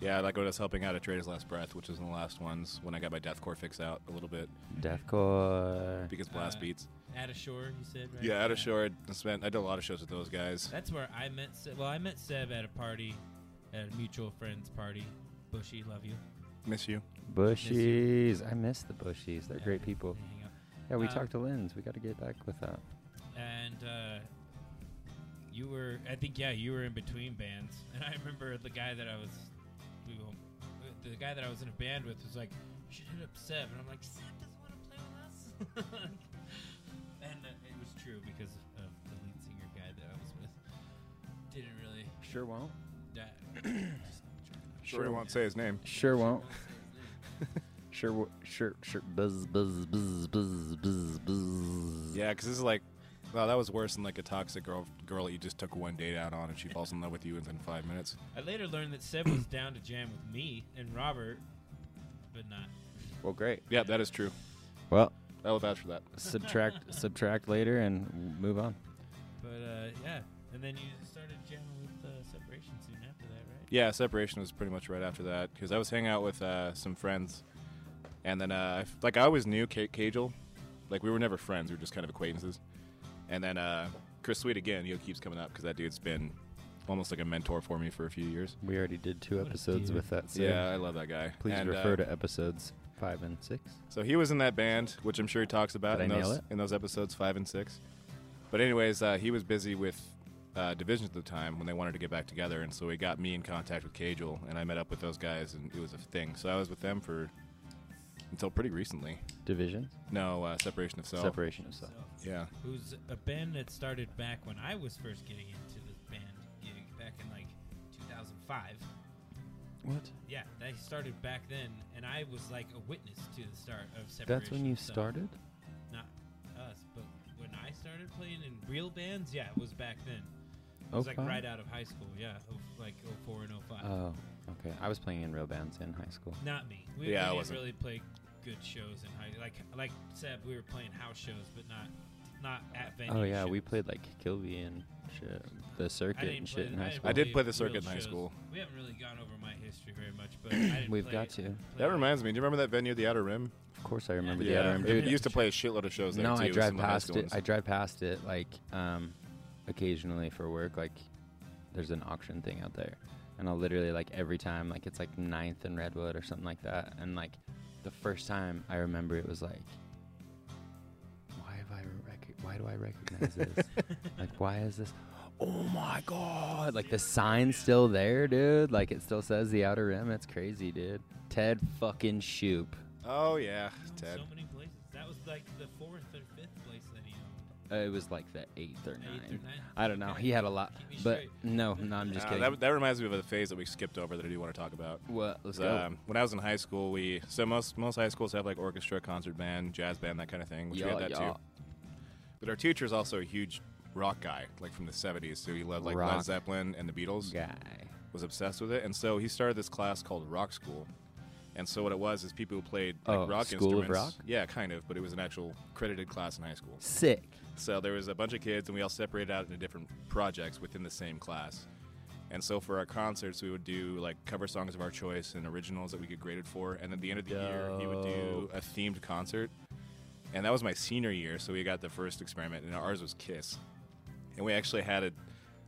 S5: Yeah, like when I was helping out at Trader's Last Breath, which was in the last ones when I got my deathcore fix out a little bit
S3: Deathcore.
S5: because blast
S4: Uh,
S5: beats.
S4: At a shore, you said. Right?
S5: Yeah, out of short, I spent I did a lot of shows with those guys.
S4: That's where I met. Se- well, I met Seb at a party, at a mutual friend's party. Bushy, love you.
S5: Miss you.
S3: Bushies. I miss the Bushies. They're
S4: Yeah.
S3: great people.
S4: They hang out.
S3: Yeah, we
S4: Um,
S3: talked to Linz. We got to get back with that.
S4: and uh, you were i think yeah you were in between bands and i remember the guy that i was we won't, the guy that i was in a band with was like you should hit up seb and i'm like seb doesn't want to play with us and uh, it was true because of the lead singer guy that i was with didn't really
S3: Sure won't.
S4: that
S5: Sure, I won't say his name.
S3: Sure won't.
S4: won't say his name.
S3: Sure, w- sure, sure. Buzz, buzz, buzz, buzz, buzz, buzz.
S5: Yeah, because this is like, wow, that was worse than like a toxic girl girl that you just took one date out on and she falls in love with you within five minutes.
S4: i later learned that seb was down to jam with me and robert but not
S3: Well, great.
S5: Yeah, that is true.
S3: Well,
S5: I will vouch for that.
S3: subtract, subtract later, and move on.
S4: But uh, yeah, and then you started jamming with uh, Separation soon after that, right?
S5: Yeah, separation was pretty much right after that because I was hanging out with uh, some friends, and then uh, I f- like I always knew Kate Cagel, like we were never friends, we were just kind of acquaintances. And then uh, Chris Sweet again, you know, keeps coming up because that dude's been almost like a mentor for me for a few years.
S3: We already did two
S4: What a
S3: episodes
S4: dude.
S3: with that. So
S5: yeah, I love that guy.
S3: Please
S5: And,
S3: refer
S5: uh,
S3: to episodes five and six.
S5: So he was in that band, which I'm sure he talks about
S3: Did
S5: in
S3: I nail
S5: those
S3: it?
S5: in those episodes five and six. But anyways, uh, he was busy with uh, Division at the time when they wanted to get back together, and so he got me in contact with Cajal, and I met up with those guys, and it was a thing. So I was with them for until pretty recently.
S3: Divisions,
S5: No uh, separation of self.
S3: separation of self.
S5: Yeah,
S4: Who's a band that started back when I was first getting into the band gig back in like 2005.
S3: What?
S4: Yeah, they started back then, and I was like a witness to the start of separation.
S3: That's when you
S4: So,
S3: started.
S4: Not us, but when I started playing in real bands, yeah, it was back then. It was like
S3: 05?
S4: right out of high school, yeah, oh, like 04 and 05.
S3: Oh, okay. I was playing in real bands in high school.
S4: Not me. We,
S5: Yeah, I
S4: we didn't
S5: wasn't.
S4: really play good shows in high. Like like Seb, we were playing house shows, but not not at venue.
S3: Oh yeah, we
S4: shows.
S3: played like Kilby and shit, the
S4: I
S3: circuit
S4: didn't
S3: and
S4: play-
S3: shit in high
S4: didn't
S3: school.
S5: I did play the
S4: real
S5: circuit in high
S4: shows.
S5: school.
S4: We haven't really gone over my history very much, but I didn't
S3: We've
S4: play-
S3: got to.
S5: that
S4: play-
S5: reminds me. Do you remember that venue, the Outer Rim?
S3: Of course, I remember
S4: Yeah.
S3: the
S5: yeah,
S3: other.
S5: it
S3: Dude,
S5: used to play a shitload of shows there
S3: no,
S5: too.
S3: I
S5: with
S3: drive
S5: some of the high
S3: past
S5: school
S3: it.
S5: ones.
S3: I drive past it like um, occasionally for work. Like there's an auction thing out there, and I'll literally like every time like it's like Ninth and Redwood or something like that. And like the first time I remember it was like, why have I rec- why do I recognize this? like why is this? Oh my god! Like the sign's still there, dude. Like it still says the outer rim. That's crazy, dude. Ted fucking Shoop.
S5: oh yeah, Ted.
S4: So many places. That was like the fourth or fifth place that he owned.
S3: Uh, it was like the eighth or ninth.
S4: Eighth or ninth.
S3: I don't know.
S4: Okay.
S3: He had a lot,
S4: Keep me
S3: but
S4: straight.
S3: no, no, I'm just
S5: Uh,
S3: kidding.
S5: that, that reminds me of a phase that we skipped over that I do want to talk about.
S3: what? Let's go.
S5: Um, when I was in high school, we so most most high schools have like orchestra, concert band, jazz band, that kind of thing. Which we
S3: Yeah,
S5: had that
S3: yeah.
S5: too. But our teacher is also a huge rock guy, like from the '70s. So he loved like Led
S3: Rock.
S5: Zeppelin and the Beatles.
S3: Guy.
S5: Was obsessed with it, and so he started this class called Rock School. And so what it was is people who played like
S3: Oh,
S5: rock
S3: School of
S5: instruments.
S3: Rock?
S5: Yeah, kind of, but it was an actual credited class in high school.
S3: Sick.
S5: So there was a bunch of kids, and we all separated out into different projects within the same class. And so for our concerts, we would do like cover songs of our choice and originals that we get graded for. And at the end of the year, he would do a themed concert. And that was my senior year, so we got the first experiment, and ours was Kiss. And we actually had it.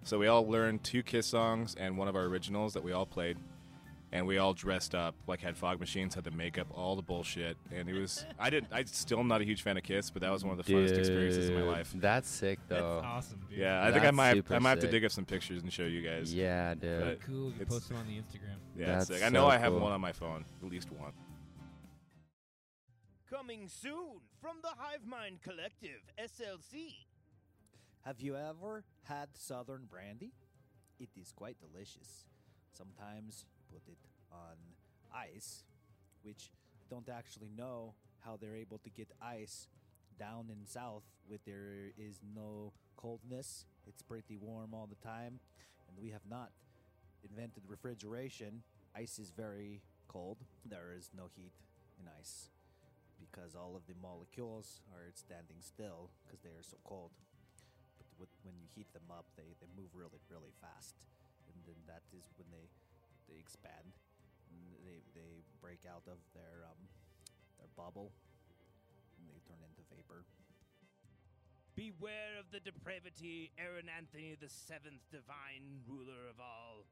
S5: So we all learned two Kiss songs and one of our originals that we all played. And we all dressed up, like had fog machines, had the makeup, all the bullshit. And it was, I didn't, I still am not a huge fan of Kiss, but that was one of the funnest experiences in my
S3: Dude,
S5: life.
S3: That's sick,
S4: That's
S3: though.
S4: awesome, dude.
S5: Oh. Yeah, I think I
S3: That's
S5: might
S3: super
S5: I might have to
S3: sick.
S5: dig up some pictures and show you guys. Yeah,
S3: Yeah, dude.
S5: But-
S4: Cool. You
S5: It's-
S4: post them on the Instagram.
S5: it's
S3: That's
S5: sick. I know
S3: so
S5: I have
S3: cool.
S5: one on my phone, at least one.
S8: Coming soon from the Hive Mind Collective, SLC.
S9: Have you ever had southern brandy? It is quite delicious. Sometimes you put it on ice, which don't actually know how they're able to get ice down in south where there is no coldness. It's pretty warm all the time, and we have not invented refrigeration. Ice is very cold. There is no heat in ice because all of the molecules are standing still because they are so cold but with, when you heat them up, they, they move really, really fast. And then that is when they, they expand. And they, they break out of their, um, their bubble and they turn into vapor.
S8: Beware of the depravity, Aaron Anthony, the seventh divine ruler of all.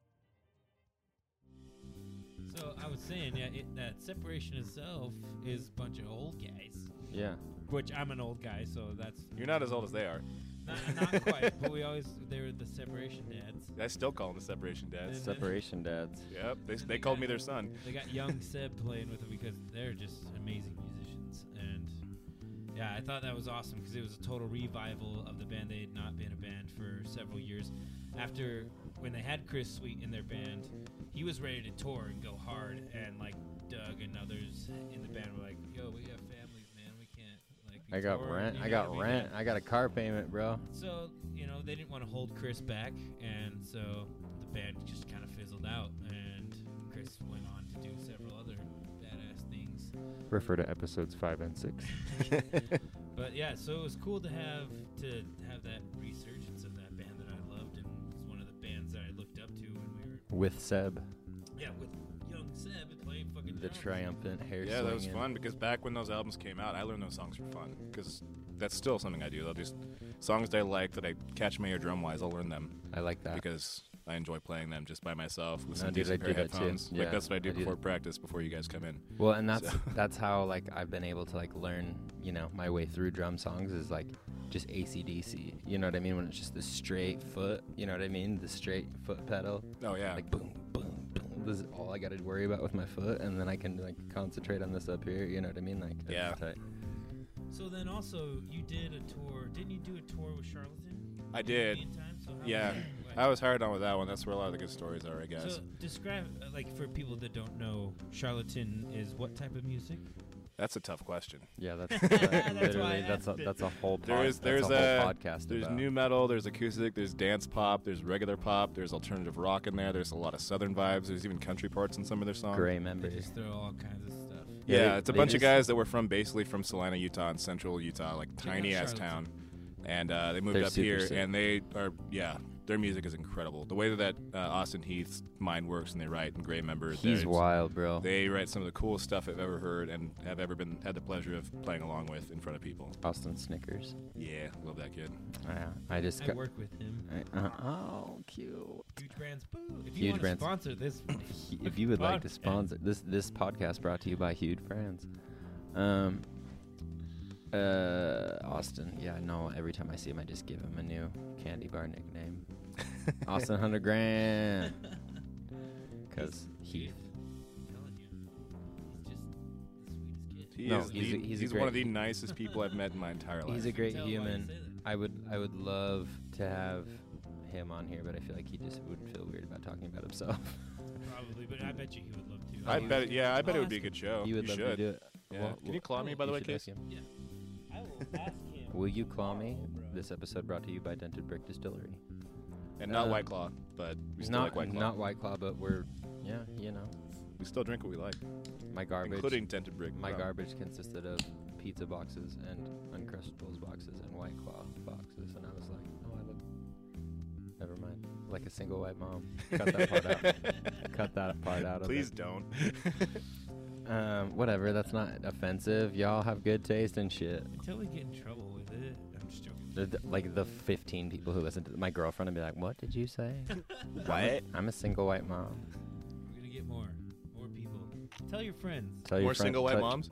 S4: So I was saying, yeah, it, that separation itself is a bunch of old guys,
S3: Yeah.
S4: which I'm an old guy, so that's
S5: You're not as old as they are.
S4: not, not quite. But we always they were the separation dads.
S5: I still call them the separation dads.
S4: Then-
S3: Separation dads.
S5: Yep, they,
S4: then
S5: they called me their son.
S4: They got young Seb playing with them because they're just amazing musicians. And yeah, I thought that was awesome because it was a total revival of the band. They had not been a band for several years. After when they had Chris Sweet in their band, he was ready to tour and go hard. And like Doug and others in the band were like, "Yo, we got families, man. We can't like." be
S3: I got
S4: touring.
S3: rent.
S4: You
S3: I
S4: gotta
S3: got
S4: be
S3: rent.
S4: back."
S3: I got a car payment, bro.
S4: So, you know, they didn't want to hold Chris back, and so the band just kind of fizzled out, and Chris went on to do several other badass things.
S7: Refer to episodes five and six.
S4: But yeah, so it was cool to have to have that resurgence of that band that I loved, and it's one of the bands that I looked up to when we were
S3: With Seb,
S4: yeah with young Seb and playing fucking
S3: the
S4: drums.
S3: triumphant hair.
S5: Yeah, that was
S3: swinging.
S5: fun because back when those albums came out, I learned those songs for fun because that's still something I do. I'll just songs that I like that I catch my ear drum wise, I'll learn them
S3: I like that.
S5: because I enjoy playing them just by myself with
S3: No,
S5: some
S3: dude,
S5: decent
S3: I
S5: pair
S3: do
S5: of
S3: that too.
S5: headphones.
S3: Yeah,
S5: like that's what I do
S3: I do
S5: before
S3: that.
S5: practice, before you guys come in.
S3: Well, and that's
S5: So-
S3: that's how like I've been able to like learn, you know, my way through drum songs is like just ACDC. You know what I mean? When it's just the straight foot, you know what I mean? The straight foot pedal,
S5: Oh yeah,
S3: like boom, boom, boom. This is all I got to worry about with my foot, and then I can like concentrate on this up here. You know what I mean? Like it's
S5: Yeah.
S3: tight.
S4: So then also you did a tour. Didn't you do a tour with Charlatan?
S5: I
S4: In the
S5: did.
S4: meantime? So how was
S5: Yeah,
S4: that? Like-
S5: I was hired on with that one. That's where a lot of the good stories are, I guess.
S4: So describe, uh, like, for people that don't know, charlatan is what type of music?
S5: That's a tough question.
S3: Yeah, that's,
S4: That's
S3: that's
S4: why I
S3: literally that's a,
S4: asked it.
S3: that's a whole pod,
S5: There is there's
S3: that's a, whole
S5: a
S3: podcast.
S5: there's
S3: about.
S5: new metal, there's acoustic, there's dance pop, there's regular pop, there's alternative rock in there. There's a lot of southern vibes. There's even country parts in some of their songs.
S3: gray
S4: They
S3: members.
S4: just throw all kinds of stuff.
S5: Yeah,
S3: they-
S5: it's a
S3: they
S5: bunch of
S3: just-
S5: guys that were from basically from Salina, Utah, and Central Utah, like
S4: out
S5: tiny ass
S4: Charlottesville.
S5: town, and uh, they moved
S3: They're
S5: up
S3: super
S5: here,
S3: sick.
S5: and they are yeah, their music is incredible. The way that uh, Austin Heath's mind works, and they write and Gray Member,
S3: He's
S5: they're-
S3: wild, bro.
S5: They write some of the coolest stuff I've ever heard and have ever been had the pleasure of playing along with in front of people.
S3: Austin Snickers. Oh,
S5: Yeah, love that kid.
S3: Yeah, I just
S4: I
S3: got-
S4: work with him.
S3: I- uh, oh, cute.
S4: Huge brands. Boo. If you
S3: Huge
S4: want
S3: brands.
S4: to sponsor this,
S3: He- if you would like to
S4: podcast.
S3: sponsor this this podcast brought to you by Huge Friends. Um uh Austin, yeah, no, every time I see him I just give him a new candy bar nickname. Austin Hundred Grand. Cause Heath.
S4: I'm telling you, he's just the sweetest kid.
S5: He
S3: No,
S5: is
S3: he's
S5: the,
S3: a- he's a
S5: one of the
S3: great-
S5: nicest people I've met in my entire life.
S3: He's a great
S4: Tell why you
S3: human.
S4: say that.
S3: I would I would love to have him on here, but I feel like he just would feel weird about talking about himself.
S4: Probably, but I bet you he would love to.
S5: I
S4: mean,
S5: bet, yeah, I bet
S4: I'll
S5: it would be a
S4: ask him.
S5: good show.
S3: you would love
S5: Oh,
S3: to
S5: should.
S3: do it.
S5: Yeah.
S3: Well,
S5: Can you claw me, by the
S3: you
S5: way, Oh,
S3: should ask
S5: Case?
S3: him.
S4: I will ask him.
S3: Will you claw me?
S4: tomorrow, bro.
S3: This episode brought to you by Dented Brick Distillery.
S5: And not
S3: Uh,
S5: White Claw, but we still
S3: not
S5: like White Claw.
S3: not White Claw, but we're yeah, you know,
S5: we still drink what we like,
S3: my garbage.
S5: including Dented Brick.
S3: my
S5: rum.
S3: garbage consisted of pizza boxes and Uncrustables boxes and White Claw boxes, and I was like, oh, I look. Never mind. Like a single white mom. Cut that part out. Cut that part out. Of
S5: Please don't.
S3: It. Um, whatever. That's not offensive. Y'all have good taste and shit.
S4: Until we get in trouble with it, I'm just joking.
S3: The- the- Like the 15 people who listen to my girlfriend and be like, "What did you say?"
S2: What?
S3: I'm a single white mom.
S4: We're gonna get more, more people. Tell your friends.
S3: Tell your
S5: More
S3: friend-
S5: single white
S3: tell-
S5: moms.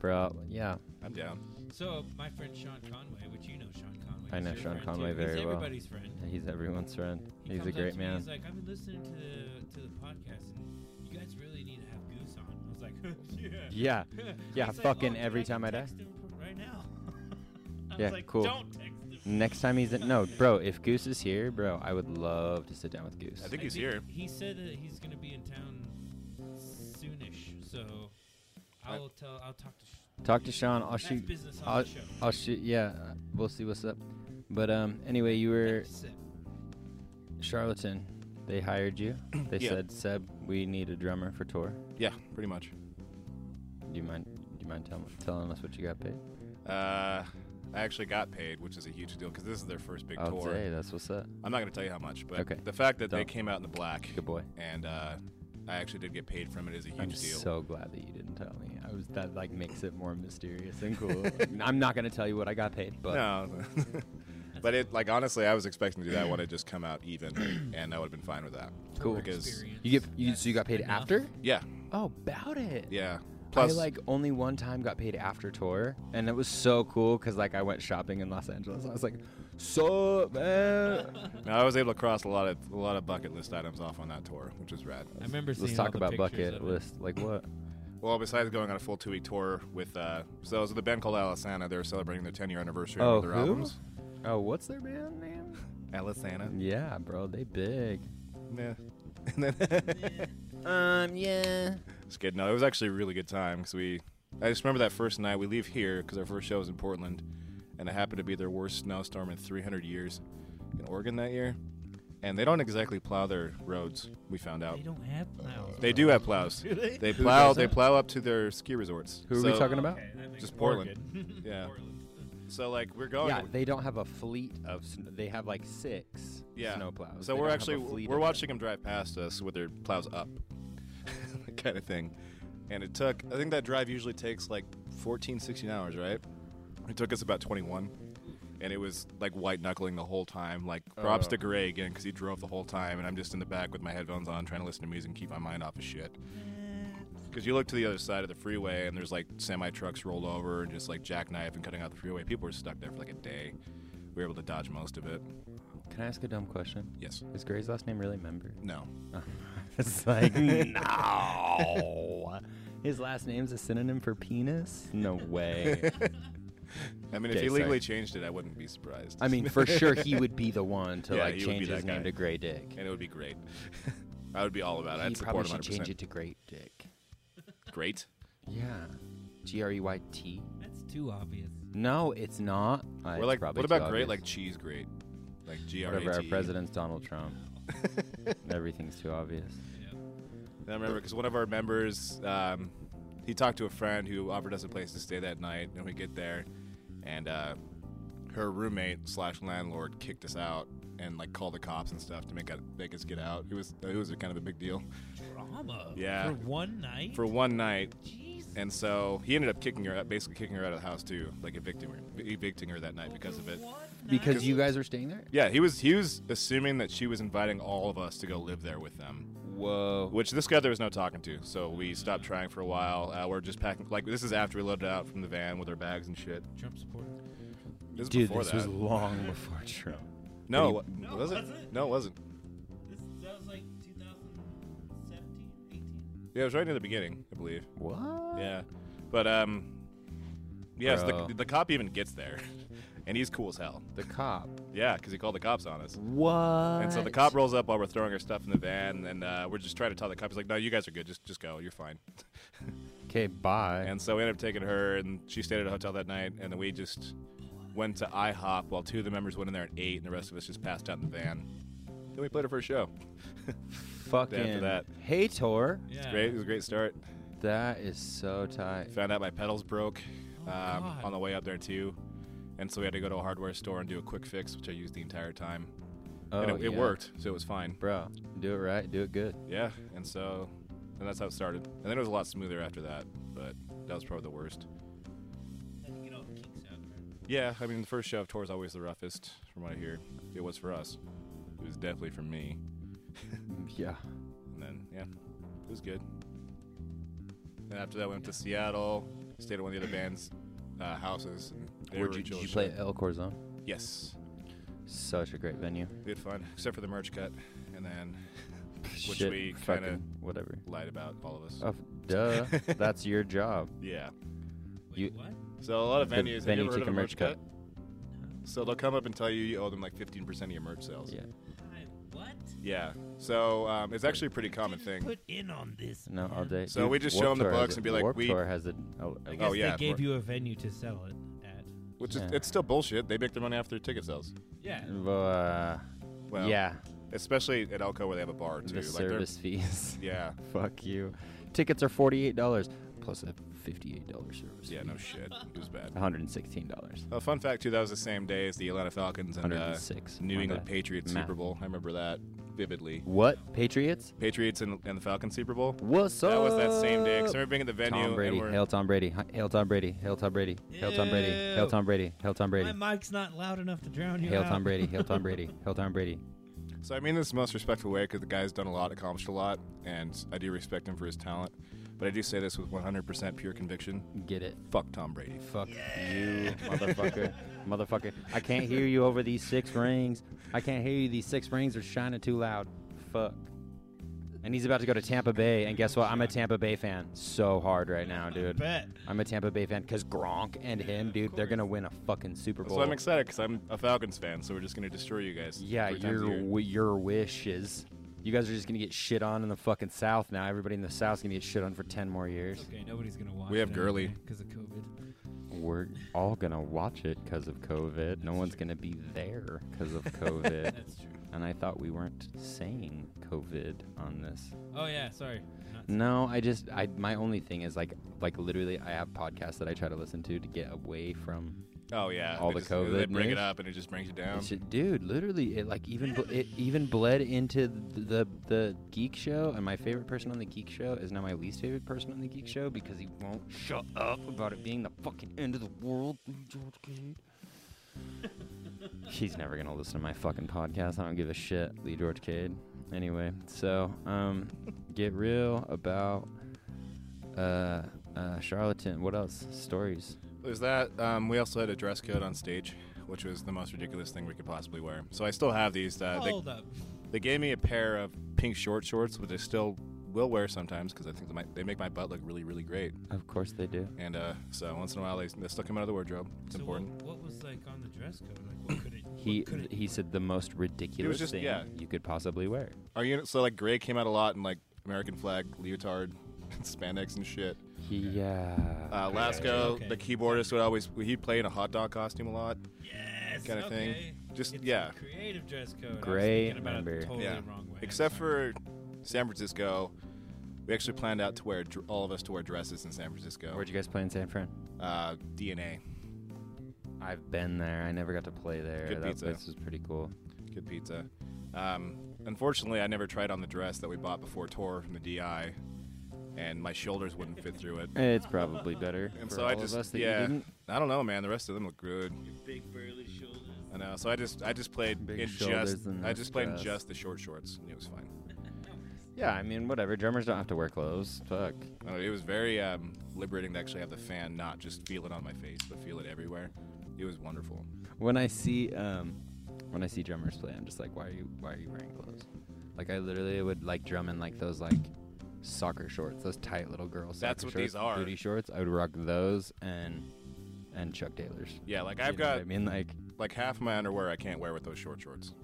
S3: bro. Yeah,
S5: I'm down.
S4: So my friend Sean Conway, which you know Sean Conway.
S3: I
S4: he's
S3: know
S4: your
S3: Sean
S4: friend,
S3: Conway
S4: too. He's
S3: very well.
S4: everybody's friend.
S3: he's everyone's friend.
S4: He
S3: he's
S4: comes
S3: a
S4: up
S3: great
S4: to me,
S3: man.
S4: He's like, I've been listening to the to the podcast, and you guys really need to have Goose on. I was like, yeah,
S3: Yeah. yeah,
S4: He's like,
S3: fucking
S4: "Oh, dude,
S3: every
S4: I can
S3: time I die."
S4: text him pr- right now. I
S3: Yeah,
S4: was like,
S3: cool.
S4: Don't text him.
S3: Next time he's in, no, bro. If Goose is here, bro, I would love to sit down with Goose.
S5: I think he's here.
S4: He said that he's gonna be in town soonish, so
S5: I-
S4: I'll tell. I'll talk to. Sh-
S3: Talk to Sean. I'll
S4: that's
S3: Oh, shoot.
S4: business on
S3: I'll,
S4: the show.
S3: I'll shoot. Yeah, uh, we'll see what's up. But um, anyway, you were
S4: Sip.
S3: charlatan. They hired you. They
S5: Yeah.
S3: said, Seb, we need a drummer for tour.
S5: Yeah, pretty much.
S3: Do you mind? Do you mind telling telling us what you got paid?
S5: Uh, I actually got paid, which is a huge deal because this is their first big
S3: I'll
S5: tour.
S3: say that's what's up.
S5: I'm not going to tell you how much, but
S3: Oh, Okay.
S5: the fact that they
S3: Don't.
S5: came out in the black
S3: Good boy.
S5: and uh, I actually did get paid from it is a huge
S3: I'm
S5: deal.
S3: so glad that you didn't tell me. I was that like makes it more mysterious and cool. I'm not gonna tell you what I got paid, but
S5: no. but it like honestly, I was expecting to do that one to just come out even, and I would have been fine with that.
S3: Cool.
S5: Because
S4: Experience.
S3: you get you, so you got paid
S4: enough.
S3: after.
S5: yeah,
S3: Oh, about it.
S5: yeah. Plus,
S3: I like only one time got paid after tour, and it was so cool because like I went shopping in Los Angeles. I was like, "So man,
S5: no, I was able to cross a lot of a lot of bucket list items off on that tour, which is rad.
S4: I remember seeing
S3: let's
S4: all
S3: talk
S4: the
S3: about
S4: pictures
S3: bucket
S4: of it.
S3: list. Like what?
S5: Well, besides going on a full two week tour with uh, so it was with a band called Alisana. They were celebrating their 10 year anniversary
S3: Oh,
S5: of their
S3: who?
S5: albums.
S3: Oh, what's their band name?
S5: Alisana.
S3: Yeah, bro, they big.
S5: Yeah. And then
S3: Um, yeah.
S5: Just kidding. No, it was actually a really good time because we. I just remember that first night we leave here because our first show was in Portland, and it happened to be their worst snowstorm in 300 years in Oregon that year. And they don't exactly plow their roads. We found out
S4: They don't have plows.
S5: they do have plows.
S4: they?
S5: They plow. They plow up to their ski resorts.
S3: Who are
S5: so,
S3: we talking about?
S5: Just Portland. Yeah.
S4: Portland.
S5: So like we're going.
S3: yeah, they don't have a fleet of. Sn- they have like six
S5: Yeah.
S3: snowplows.
S5: So
S3: They
S5: we're
S3: don't have a
S5: actually
S3: fleet of
S5: we're
S3: them.
S5: watching them drive past us with their plows up, that kind of thing. And it took I think that drive usually takes like 14, 16 hours, right? It took us about 21. And and it was like white knuckling the whole time. Like props
S7: Oh.
S5: to Gray again because he drove the whole time, and I'm just in the back with my headphones on trying to listen to music and keep my mind off of shit. Because you look to the other side of the freeway and there's like semi trucks rolled over and just like jackknife and cutting out the freeway. People were stuck there for like a day. We were able to dodge most of it.
S3: Can I ask a dumb question?
S5: Yes.
S3: Is Gray's last name really Member?
S5: No.
S3: it's like, no. His last name's a synonym for penis? No way.
S5: I mean, if
S3: Okay,
S5: he
S3: sorry.
S5: legally changed it, I wouldn't be surprised.
S3: I mean, for sure he would be the one to
S5: Yeah,
S3: like
S5: he would be
S3: change
S5: that
S3: his name
S5: guy.
S3: to Gray Dick.
S5: and it would be great. I would be all about it.
S3: he
S5: I'd
S3: probably
S5: support him
S3: should
S5: 100%.
S3: change it to Great Dick.
S5: Great.
S3: Yeah. G R E Y T.
S4: That's too obvious.
S3: No, it's not. Uh,
S5: We're
S3: it's
S5: like,
S3: probably
S5: what about
S3: too
S5: great?
S3: obvious.
S5: Like cheese great. Like G R A T.
S3: whatever? Our president's Donald Trump. Everything's too obvious.
S5: And I remember because one of our members, um, he talked to a friend who offered us a place to stay that night, and we get there, and uh, her roommate slash landlord kicked us out and like called the cops and stuff to make us, make us get out. It was it was kind of a big deal
S4: Drama.
S5: Yeah.
S4: For one night.
S5: for one night,
S4: Jeez.
S5: and so he ended up kicking her out, basically kicking her out of the house too, like evicting her, evicting her that night because of it.
S3: Because you guys are staying there?
S5: Yeah, he was he was assuming that she was inviting all of us to go live there with them.
S3: Whoa.
S5: Which this guy there was no talking to, so we stopped trying for a while. Uh, we're just packing. Like this is after we loaded out from the van with our bags and shit.
S4: Trump supporter.
S5: This is
S3: Dude,
S5: before
S3: this
S5: that.
S3: was long before Trump.
S5: no,
S3: what
S5: wa-
S4: No,
S5: was it?
S4: wasn't.
S5: No, it wasn't.
S4: This, that was like 2017, 18.
S5: Yeah, it was right near the beginning, I believe.
S3: What?
S5: Yeah, but um, yes,
S3: Bro.
S5: the, the cop even gets there, and he's cool as hell.
S3: The cop.
S5: Yeah, because he called the cops on us.
S3: What?
S5: And so the cop rolls up while we're throwing our stuff in the van, and uh, we're just trying to tell the cop, he's like, "No, you guys are good. Just, just go. You're fine."
S3: Okay, bye.
S5: And so we ended up taking her, and she stayed at a hotel that night. And then we just went to IHOP while two of the members went in there at eight, and the rest of us just passed out in the van. Then we played her first show.
S3: Fucking.
S5: that.
S3: Hey, Tor.
S4: Yeah.
S5: Great, it was a great start.
S3: That is so tight.
S5: Found out my pedals broke um,
S4: God.
S5: on the way up there too, and so we had to go to a hardware store and do a quick fix, which I used the entire time.
S3: Oh,
S5: and it, it
S3: yeah.
S5: worked, so it was fine.
S3: Bro, do it right, do it good.
S5: Yeah, and so, and that's how it started. And then it was a lot smoother after that, but that was probably the worst.
S4: Had to get all the kinks out there.
S5: Yeah, I mean, the first show of tour is always the roughest, from what I hear. It was for us. It was definitely for me.
S3: Yeah.
S5: And then, yeah, it was good. And after that, went to Seattle, stayed at one of the other band's uh, houses, and they
S3: Where'd
S5: were
S3: you,
S5: chill
S3: did you
S5: as
S3: play
S5: shit.
S3: El Corazon?
S5: Yes,
S3: Such a great venue.
S5: we had fun, except for the merch cut, and then Which
S3: Shit,
S5: we
S3: fucking
S5: kinda-
S3: whatever.
S5: lied about all of us.
S3: Oh, duh. That's your job.
S5: Yeah.
S4: Wait,
S3: You-
S4: what?
S5: So a lot of
S3: The
S5: venues, have you
S3: venue
S5: ever heard of
S3: took
S5: a
S3: a
S5: merch
S3: merch
S5: cut? So they'll come up and tell you you owe them like 15% of your merch sales.
S3: Yeah.
S4: Hi, what?
S5: Yeah. So um, it's actually a pretty common
S4: Didn't
S5: thing.
S4: Put in on this.
S3: No, all day.
S5: So we just show
S3: Warped
S5: 'em the
S3: Tour has
S5: books
S3: a-
S5: and be like,
S3: Warped
S5: we-
S3: Tour has a. Oh,
S4: I guess
S5: Oh, yeah,
S4: They gave
S5: for-
S4: you a venue to sell it at.
S5: Which is
S3: Yeah.
S5: it's still bullshit. They make their money after ticket sales.
S4: Yeah.
S3: Uh,
S5: Well,
S3: yeah,
S5: Especially at Elko where they have a bar too.
S3: the
S5: they're-
S3: service fees.
S5: yeah.
S3: Fuck you. Tickets are forty-eight dollars plus a fifty-eight dollar service.
S5: Yeah.
S3: fee.
S5: No shit. It was bad.
S3: One hundred and sixteen dollars.
S5: Uh, fun fact too. That was the same day as the Atlanta Falcons
S3: One
S5: and
S3: hundred
S5: uh,
S3: and six.
S5: New England Patriots
S3: Math.
S5: Super Bowl. I remember that vividly.
S3: What Patriots?
S5: Patriots and, and the Falcons Super Bowl.
S3: What's up?
S5: That was that same day. 'cause I remember being at the venue
S3: Tom Brady,
S5: and we're
S3: hail Tom Brady, Hi- hail Tom Brady, hail Tom Brady, hail Tom Brady, hail
S4: Ew.
S3: Tom Brady, hail Tom
S5: Mm.
S3: Brady,
S4: My mic's not loud enough to drown you
S3: hail
S4: out.
S3: Tom Brady, hail Tom Brady, hail Tom Brady.
S5: So I mean this in the most respectful way because the guy's done a lot, accomplished a lot, and I do respect him for his talent. But I do say this with 100% pure conviction.
S3: Get it?
S5: Fuck Tom Brady.
S3: Fuck you, motherfucker, motherfucker. I can't hear you over these six rings. I can't hear you. These six rings are shining too loud. Fuck. And he's about to go to Tampa Bay, and guess what? I'm a Tampa Bay fan so hard right now, dude.
S4: Bet.
S3: I'm a Tampa Bay fan because Gronk and him, dude, they're gonna win a fucking Super Bowl.
S5: So I'm excited because I'm a Falcons fan, so we're just gonna destroy you guys.
S3: Yeah,
S5: three times a
S3: your
S5: year.
S3: wi- your wishes. You guys are just gonna get shit on in the fucking South now. Everybody in the South's gonna get shit on for ten more years.
S4: Okay, nobody's gonna watch.
S5: We have
S4: it
S5: Gurley.
S4: because of COVID.
S3: We're all gonna watch it because of COVID. No one's gonna be there because of COVID.
S4: That's true.
S3: and I thought we weren't saying COVID on this.
S4: Oh yeah, sorry. Not-
S3: No, I just I my only thing is like like literally I have podcasts that I try to listen to to get away from
S5: Oh yeah,
S3: all
S5: they
S3: the
S5: just, They
S3: COVID
S5: bring it
S3: news.
S5: up and it just brings you down.
S3: It's ju- dude, literally, it like even bl- it even bled into the, the the geek show, and my favorite person on the geek show is now my least favorite person on the geek show because he won't shut up about it being the fucking end of the world. She's never gonna listen to my fucking podcast. I don't give a shit. Lee George Cade. Anyway, so um, get real about uh, uh, charlatan. What else? Stories.
S5: There's that. Um, we also had a dress code on stage, which was the most ridiculous thing we could possibly wear. So I still have these. Uh, they,
S4: Hold up.
S5: they gave me a pair of pink short shorts, which I still will wear sometimes because I think they, might, they make my butt look really, really great.
S3: Of course they do.
S5: And uh, so once in a while, they, they still come out of the wardrobe. It's
S4: So
S5: important.
S4: What, what was like on the dress code? Like what could it?
S3: He
S4: what could it
S3: he said the most ridiculous
S5: just-
S3: thing
S5: yeah.
S3: you could possibly wear.
S5: Are you so like gray came out a lot in like American flag leotard, spandex and shit.
S3: Yeah.
S5: Uh, Lasco,
S4: Okay.
S5: the keyboardist would always he played in a hot dog costume a lot.
S4: yes,
S5: kind of thing.
S4: okay.
S5: Just-
S4: It's
S5: yeah.
S4: a creative dress code. I was
S3: Great
S4: thinking about it the
S3: member.
S4: Totally
S5: yeah,
S4: wrong way.
S5: except for San Francisco, we actually planned out to wear dr- all of us to wear dresses in San Francisco.
S3: Where'd you guys play in San Fran?
S5: Uh, DNA,
S3: I've been there. I never got to play there.
S5: Good
S3: that
S5: pizza.
S3: place was pretty cool.
S5: good pizza. Um, unfortunately, I never tried on the dress that we bought before tour from the DI, and my shoulders wouldn't fit through it.
S3: It's probably better
S5: And
S3: for
S5: so
S3: all
S5: I just
S3: of us that
S5: yeah,
S3: you didn't.
S5: I don't know, man. The rest of them look good.
S4: big burly shoulders.
S5: I know. So I just I just played
S3: Big
S5: in
S3: shoulders
S5: just
S3: and
S5: I
S3: this
S5: just played in
S3: dress.
S5: just the short shorts and it was fine.
S3: Yeah, I mean, whatever. Drummers don't have to wear clothes. Fuck.
S5: I don't know, it was very um, liberating to actually have the fan not just feel it on my face but feel it everywhere. It was wonderful.
S3: When I see um, when I see drummers play, I'm just like, why are you why are you wearing clothes? Like I literally would like drum in like those like soccer shorts, those tight little girl soccer
S5: That's what
S3: shorts,
S5: these are.
S3: booty shorts. I would rock those and and Chuck Taylors.
S5: Yeah, like
S3: You
S5: I've
S3: know what
S5: got
S3: I mean, like
S5: like half my underwear I can't wear with those short shorts.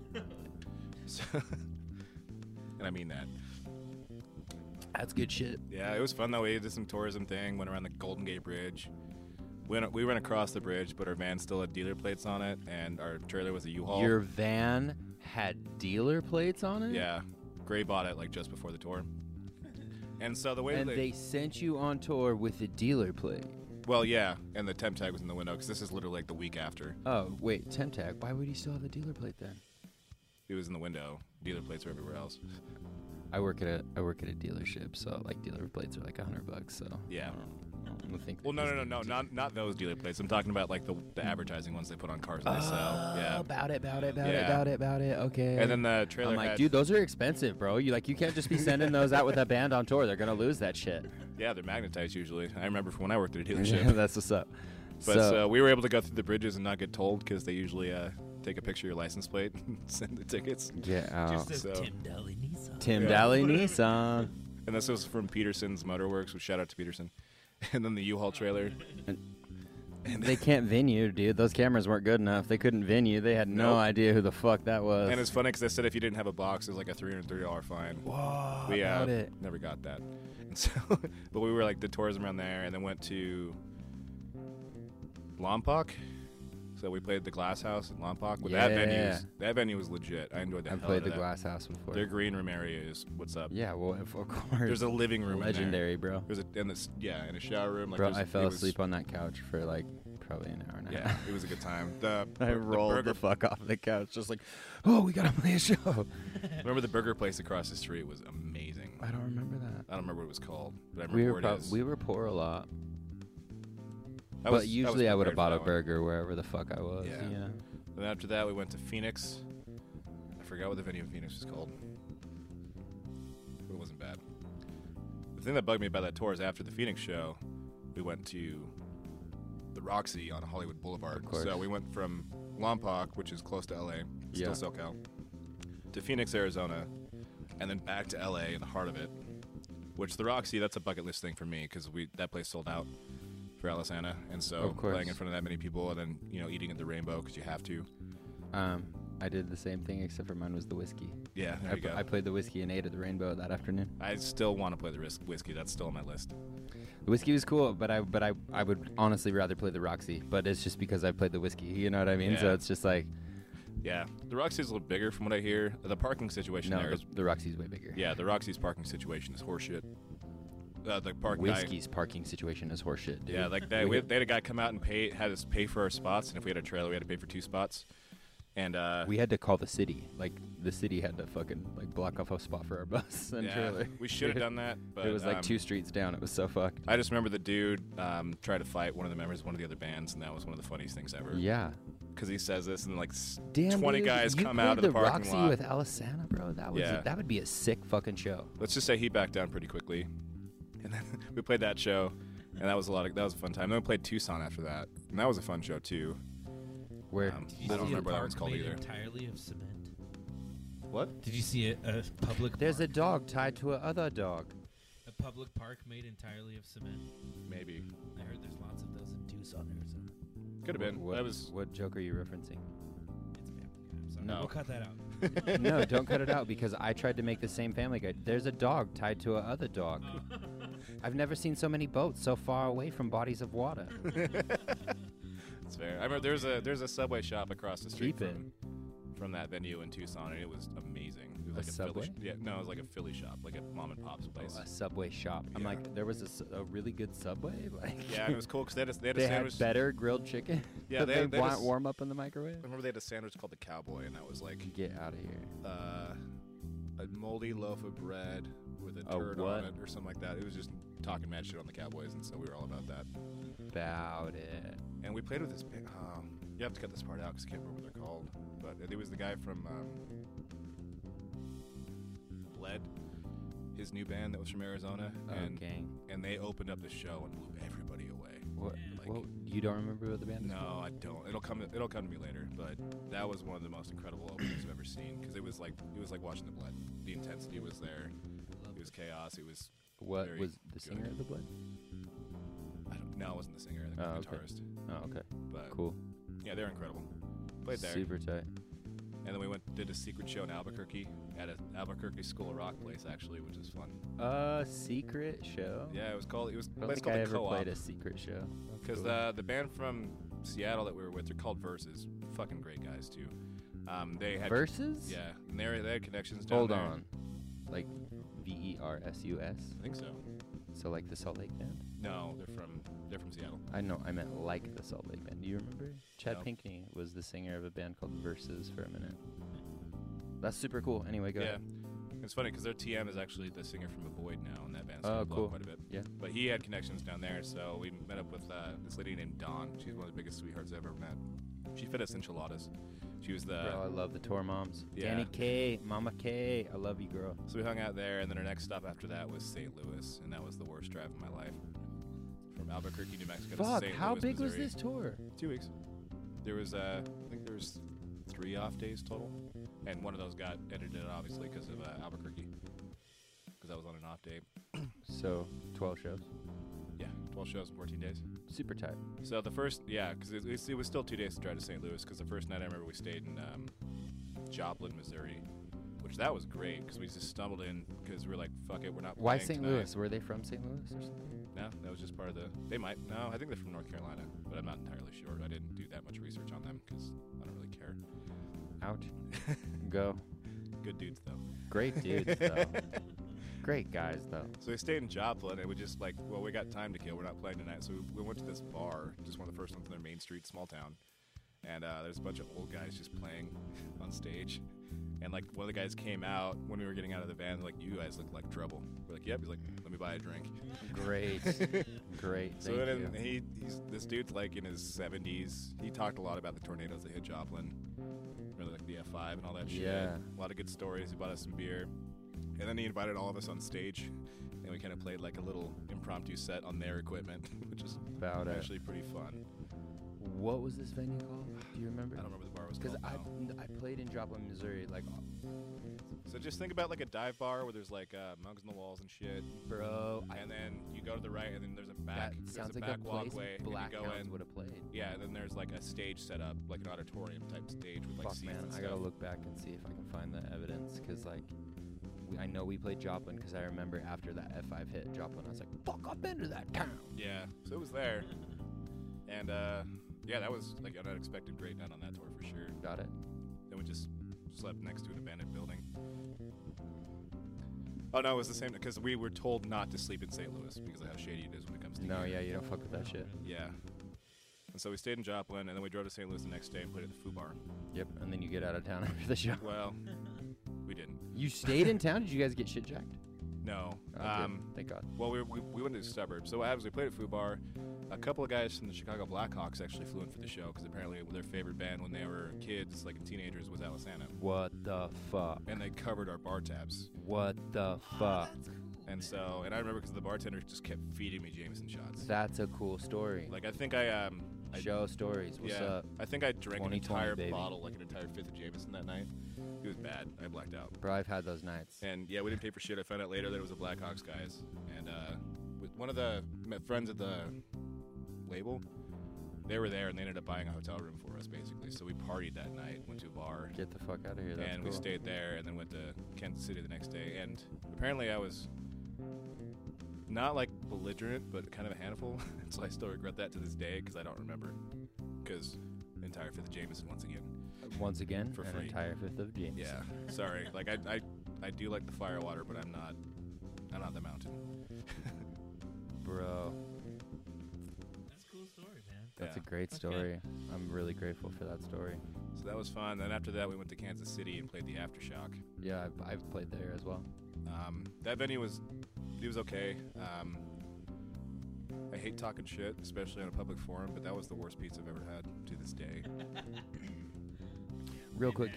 S5: so, and I mean that.
S3: that's good shit.
S5: Yeah, it was fun though. We did some tourism thing, went around the Golden Gate Bridge. Went, we went across the bridge, but our van still had dealer plates on it, and our trailer was a U-Haul.
S3: Your van had dealer plates on it.
S5: Yeah, Gray bought it like just before the tour. And so the way
S3: And
S5: that
S3: they sent you on tour with a dealer plate.
S5: well, yeah, and the temp tag was in the window because this is literally like the week after
S3: Oh wait, Temtag. Why would he still have a dealer plate then?
S5: it was in the window. Dealer plates were everywhere else.
S3: I work at a I work at a dealership, so like dealer plates are like a hundred bucks. So
S5: Yeah.
S3: I don't- I don't think.
S5: Well, no,
S3: there's
S5: no, no, no,
S3: anything to-
S5: not not those dealer plates. I'm talking about like the, the advertising ones they put on cars that they sell.
S3: Oh,
S5: Yeah.
S3: about it, about it, about it,
S5: Yeah.
S3: about it, about it. Okay.
S5: And then the trailer.
S3: I'm like,
S5: had-
S3: dude, those are expensive, bro. You like you can't just be sending those out with a band on tour. They're gonna lose that shit.
S5: Yeah, they're magnetized usually. I remember from when I worked at a dealership.
S3: That's what's up.
S5: but
S3: so,
S5: uh, we were able to go through the bridges and not get told because they usually uh, take a picture of your license plate and send the tickets.
S3: get out.
S4: Just
S5: Oh, so-
S4: says Tim Daly Nissan.
S3: Tim
S5: yeah.
S3: Daly Nissan.
S5: And this was from Peterson's Motorworks. So shout out to Peterson. And then the U-Haul trailer.
S3: They can't venue, dude. Those cameras weren't good enough. They couldn't venue. They had no
S5: Nope.
S3: idea who the fuck that was.
S5: And it's funny because they said if you didn't have a box, it was like a three hundred thirty dollar fine.
S3: Whoa,
S5: we uh,
S3: about it.
S5: never got that, and so but we were like the tourism around there, and then went to Lompoc. So we played the Glass House in Lompoc. With that venue, was-
S3: Yeah.
S5: that venue was legit. I enjoyed that.
S3: I
S5: hell
S3: played
S5: out
S3: the
S5: of that.
S3: Glass House before.
S5: Their green room area is what's up.
S3: yeah, well, of of course.
S5: There's a living room. in there.
S3: legendary, bro.
S5: There's a and this yeah, and a shower room. Like
S3: Bro,
S5: there's-
S3: I
S5: it
S3: fell
S5: was-
S3: asleep on that couch for like probably an hour and a
S5: Yeah,
S3: half.
S5: it was a good time. The,
S3: I
S5: the
S3: rolled
S5: burger
S3: the fuck off the couch, just like, oh, we gotta play a show.
S5: Remember the burger place across the street was amazing.
S3: I don't remember that.
S5: I don't remember what it was called, but I remember
S3: We were
S5: where
S3: prob-
S5: it is.
S3: we were poor a lot,
S5: I
S3: but
S5: was- I was
S3: usually I would have
S5: prepared for
S3: bought a
S5: that one.
S3: burger wherever the fuck I was.
S5: Yeah.
S3: Yeah.
S5: And after that, we went to Phoenix. I forgot what the venue in Phoenix was called, but it wasn't bad. The thing that bugged me about that tour is after the Phoenix show, we went to the Roxy on Hollywood Boulevard.
S3: Of course.
S5: So we went from Lompoc, which is close to LA,
S3: Yeah.
S5: still SoCal, to Phoenix, Arizona, and then back to LA in the heart of it. Which the Roxy, that's a bucket list thing for me because we that place sold out for Alisana, and so
S3: Of course.
S5: playing in front of that many people and then you know eating at the Rainbow because you have to.
S3: Um, I did the same thing except for mine was the whiskey.
S5: Yeah, there
S3: I,
S5: you go.
S3: I played the whiskey and ate at the Rainbow that afternoon.
S5: Mm, I still want to play the risk whiskey. That's still on my list.
S3: The whiskey was cool, but I but I, I would honestly rather play the Roxy, but it's just because I played the whiskey. You know what I mean? So
S5: Yeah.
S3: it's just like
S5: Yeah, the Roxy's a little bigger from what I hear. The parking situation
S3: no,
S5: there
S3: the,
S5: is.
S3: the Roxy's way bigger.
S5: Yeah, the Roxy's parking situation is horseshit. Uh, the park guy-
S3: Whiskey's parking situation is horseshit, dude.
S5: Yeah, like they, we, they had a guy come out and pay had us pay for our spots, and if we had a trailer, we had to pay for two spots. And uh,
S3: We had to call the city. Like the city had to fucking like block off a spot for our bus and
S5: yeah,
S3: trailer.
S5: we should have done that, but
S3: it was like
S5: um,
S3: two streets down. It was so fucked.
S5: I just remember the dude um, tried to fight one of the members of one of the other bands, and that was one of the funniest things ever.
S3: Yeah.
S5: because he says this, and like s-
S3: Damn,
S5: 20
S3: dude,
S5: guys
S3: you
S5: come out of
S3: played
S5: the parking
S3: Roxy
S5: lot.
S3: with Alisana, bro. That was
S5: Yeah.
S3: that would be a sick fucking show.
S5: Let's just say he backed down pretty quickly, and then we played that show, and that was a lot of that was a fun time. Then we played Tucson after that, and that was a fun show too.
S3: Where
S5: Um,
S4: Did you
S5: I don't
S4: see a
S5: remember what that
S4: park
S5: one's called
S4: made
S5: either.
S4: Entirely of cement.
S5: What?
S4: Did you see a, a public?
S3: there's a
S4: park,
S3: dog tied to a other dog.
S4: a public park made entirely of cement.
S5: Maybe
S4: I heard there's lots of those in Tucson, Arizona.
S5: could have been.
S3: What,
S5: That was
S3: what joke are you referencing?
S4: It's Family Guy. I'm sorry.
S5: No.
S4: We'll cut that out.
S3: no, don't cut it out because I tried to make the same Family Guy. There's a dog tied to a other dog. I've never seen so many boats so far away from bodies of water.
S5: It's fair. I remember there's a there's a subway shop across the street
S3: Keep it.
S5: from, from that venue in Tucson, and it was amazing. It was like a
S3: Subway? Oh,
S5: Philly, sh- yeah, no, it was like a Philly shop, like a mom and pop's place.
S3: a subway shop. I'm
S5: Yeah.
S3: like, there was a s- a, really good subway. Like,
S5: yeah, and it was cool because they had a, they had a
S3: they had
S5: sandwich.
S3: better grilled chicken.
S5: Yeah,
S3: that
S5: they
S3: they,
S5: had- they
S3: want
S5: just-
S3: warm up in the microwave.
S5: I remember they had a sandwich called the Cowboy, and that was like
S3: Get out of here.
S5: uh, a moldy loaf of bread with a
S3: A
S5: turd
S3: what?
S5: on it or something like that. It was just talking mad shit on the Cowboys, and so we were all about that.
S3: About it.
S5: And we played with this. band- Um, you have to cut this part out because I can't remember what they're called. But it was the guy from um, Lead, his new band that was from Arizona,
S3: Oh,
S5: and
S3: gang.
S5: and they opened up the show and blew everybody away.
S3: What,
S5: Like-
S3: what? You don't remember what the band? is?
S5: No, I don't. It'll come. It'll come to me later. But that was one of the most incredible openings I've ever seen because it was like it was like watching the blood. The intensity was there. It was chaos. It was.
S3: What
S5: very
S3: was the
S5: good.
S3: singer of the Blood?
S5: I don't, no, it wasn't the singer. I think
S3: Oh,
S5: it was the
S3: okay.
S5: guitarist.
S3: Oh, okay.
S5: But
S3: Cool.
S5: yeah, they're incredible. Uh, Played there.
S3: Super tight.
S5: And then we went did a secret show in Albuquerque at an Albuquerque School of Rock place actually, which is fun.
S3: Uh, secret show.
S5: Yeah, it was called it was
S3: I
S5: a
S3: don't
S5: place
S3: think I
S5: called the
S3: ever
S5: Co-op
S3: played a secret show. That's
S5: because
S3: cool.
S5: the the band from Seattle that we were with, they're called Verses. Fucking great guys too. Um, they had
S3: versus.
S5: yeah, and they, were- they had connections. Down
S3: Hold
S5: there.
S3: on. Like V E R S U S.
S5: I think so.
S3: So like the Salt Lake Band.
S5: No, they're from they're from Seattle.
S3: I know. I meant like the Salt Lake Band. Do you remember? Chad
S5: No.
S3: Pinkney was the singer of a band called Versus for a minute. That's super cool. Anyway, go
S5: yeah,
S3: ahead.
S5: it's funny because their TM is actually the singer from The Void now, and that band's
S3: Oh,
S5: oh,
S3: cool.
S5: quite a bit.
S3: Yeah.
S5: But he had connections down there, so we met up with uh, this lady named Dawn. She's one of the biggest sweethearts I've ever met. She fed us enchiladas. She was the
S3: Bro, I love the tour moms.
S5: uh, yeah.
S3: Danny K, Mama K, I love you, girl.
S5: So we hung out there, and then our next stop after that was St. Louis, and that was the worst drive of my life. From Albuquerque, New Mexico
S3: Fuck,
S5: to St.
S3: how
S5: Louis,
S3: big
S5: Missouri.
S3: was this tour?
S5: Two weeks. There was, uh, I think there was three off days total, and one of those got edited obviously because of uh, Albuquerque, because I was on an off day.
S3: So, 12 shows.
S5: Yeah, 12 shows in 14 days.
S3: Super tight.
S5: So the first, yeah, because it, it, was still two days to drive to St. Louis. Because the first night I remember we stayed in um, Joplin, Missouri, which that was great because we just stumbled in because we were like, fuck it, we're not.
S3: Why
S5: playing
S3: St.
S5: tonight.
S3: Louis? Were they from St. Louis or something?
S5: No, that was just part of the. They might. No, I think they're from North Carolina, but I'm not entirely sure. I didn't do that much research on them because I don't really care.
S3: Ouch. Go.
S5: Good dudes though.
S3: Great dudes, though. Great guys, though.
S5: So we stayed in Joplin, and we just like, well, we got time to kill. We're not playing tonight, so we, we went to this bar, just one of the first ones in their main street, small town. And uh, there's a bunch of old guys just playing on stage, and like one of the guys came out when we were getting out of the van, they're like, "You guys look like trouble." We're like, "Yep." He's like, "Let me buy a drink."
S3: Great. Great.
S5: So
S3: Thank
S5: then
S3: you.
S5: he, he's this dude's like in his 70s. He talked a lot about the tornadoes that hit Joplin, really like the F5 and all that shit.
S3: Yeah.
S5: A lot of good stories. He bought us some beer, and then he invited all of us on stage, and we kind of played like a little impromptu set on their equipment, which was
S3: About it.
S5: actually pretty fun.
S3: What was this venue called? Do you remember?
S5: I don't remember the bar was
S3: Because
S5: called.
S3: I,
S5: now.
S3: I played in Joplin, Missouri. Like,
S5: So just think about like a dive bar where there's like uh, mugs on the walls and shit,
S3: bro, I,
S5: and then you go to the right, and then there's a
S3: that
S5: back. there's
S3: sounds
S5: a
S3: like
S5: back
S3: a place
S5: walkway. and you
S3: Black
S5: go in.
S3: would have played.
S5: Yeah, and then there's like a stage set up, like an auditorium type stage with like
S3: Fuck,
S5: seats
S3: man,
S5: and
S3: I
S5: stuff.
S3: gotta look back and see if I can find the evidence because like. We, I know we played Joplin because I remember after that F5 hit Joplin, I was like, "Fuck, I've been to that town."
S5: Yeah, so it was there. And uh, yeah, that was like an unexpected great night on that tour for sure.
S3: Got it.
S5: Then we just slept next to an abandoned building. Oh no, it was the same because we were told not to sleep in St. Louis because of how shady it is when it comes to
S3: No,
S5: gear.
S3: yeah, you don't fuck with that shit.
S5: yeah. And so we stayed in Joplin, and then we drove to St. Louis the next day and played at the Foo Bar.
S3: Yep. And then you get out of town after the show.
S5: Well, we didn't.
S3: You stayed in town? Did you guys get shit jacked?
S5: No.
S3: Oh, good.
S5: Um,
S3: Thank God.
S5: well, we, we, we went to the suburbs. So what happens? We played at Foo Bar. A couple of guys from the Chicago Blackhawks actually flew in for the show because apparently their favorite band when they were kids, like teenagers, was Alice Hanna.
S3: What the fuck?
S5: And they covered our bar tabs.
S3: What the fuck?
S5: And so, and I remember because the bartender just kept feeding me Jameson shots.
S3: That's a cool story.
S5: Like I think I um, I,
S3: Show stories. What's
S5: yeah,
S3: up?
S5: I think I drank an
S3: 2020,
S5: entire
S3: baby.
S5: bottle, like an entire fifth of Jameson that night. It was bad. I blacked out.
S3: Bro, I've had those nights.
S5: And yeah, we didn't pay for shit. I found out later that it was the Blackhawks guys. And uh, with one of the my friends at the label, they were there and they ended up buying a hotel room for us, basically. So we partied that night, went to a bar,
S3: Get the fuck out of here. That's
S5: and
S3: cool.
S5: we stayed there, and then went to Kansas City the next day. And apparently, I was not like belligerent, but kind of a handful. so I still regret that to this day because I don't remember. Because entire fifth of Jameson once again.
S3: Once again,
S5: for
S3: an
S5: free.
S3: entire fifth of James.
S5: Yeah, sorry. Like I, I, I do like the fire water, but I'm not, I'm not the mountain.
S3: Bro,
S4: That's a cool story, man.
S3: that's
S5: Yeah.
S3: a great
S4: Okay.
S3: story. I'm really grateful for that story.
S5: So that was fun. Then after that, we went to Kansas City and played the Aftershock.
S3: Yeah, I've, I've played there as well.
S5: Um, that venue was, it was okay. Um, I hate talking shit, especially on a public forum, but that was the worst pizza I've ever had to this day.
S3: Real quick,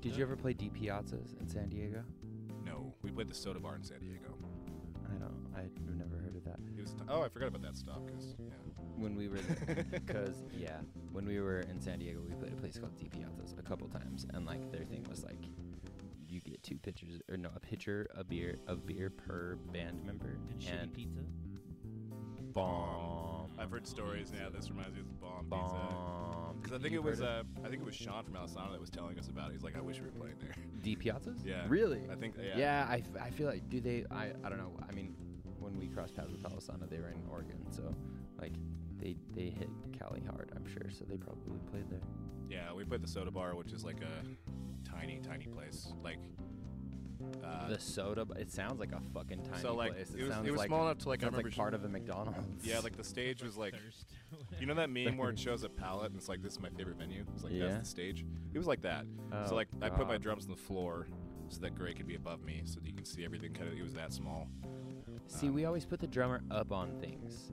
S3: did you ever play D Piazzas in San Diego?
S5: No, we played the Soda Bar in San Diego.
S3: I don't. I've never heard of that.
S5: It was oh, I forgot about that stop because
S3: When we were there,
S5: yeah.
S3: because yeah, when we were in San Diego, we played a place called D Piazzas a couple times, and like their thing was like, you get two pitchers or no, a pitcher a beer of beer per band member,
S4: And shitty
S3: and
S4: pizza.
S5: bomb. I've heard stories now. This reminds me of the bomb, pizza.
S3: bomb.
S5: Because I think it was uh, I think it was Sean from Alisano that was telling us about it. He's like, I wish we were playing there.
S3: D Piazzas.
S5: uh, Yeah.
S3: Really?
S5: I think yeah.
S3: Yeah, I, f- I feel like do they? I, I don't know. I mean, when we crossed paths with Palisano, they were in Oregon, so like they they hit Cali hard, I'm sure. So they probably played there.
S5: Yeah, we played the Soda Bar, which is like a tiny, tiny place. Like uh,
S3: the soda, bu- it sounds like a fucking tiny
S5: so like
S3: place.
S5: it was,
S3: sounds
S5: it was
S3: like,
S5: small enough to like I
S3: sounds
S5: remember
S3: like part of a McDonald's.
S5: Yeah, like the stage was like
S4: Thirst.
S5: you know that meme where it shows a palette and it's like this is my favorite venue. It's like
S3: Yeah.
S5: that's the stage. It was like that. so
S3: Oh,
S5: like I put my
S3: God.
S5: drums on the floor so that Gray could be above me so that you can see everything. Kind of it was that small.
S3: See, we always put the drummer up on things,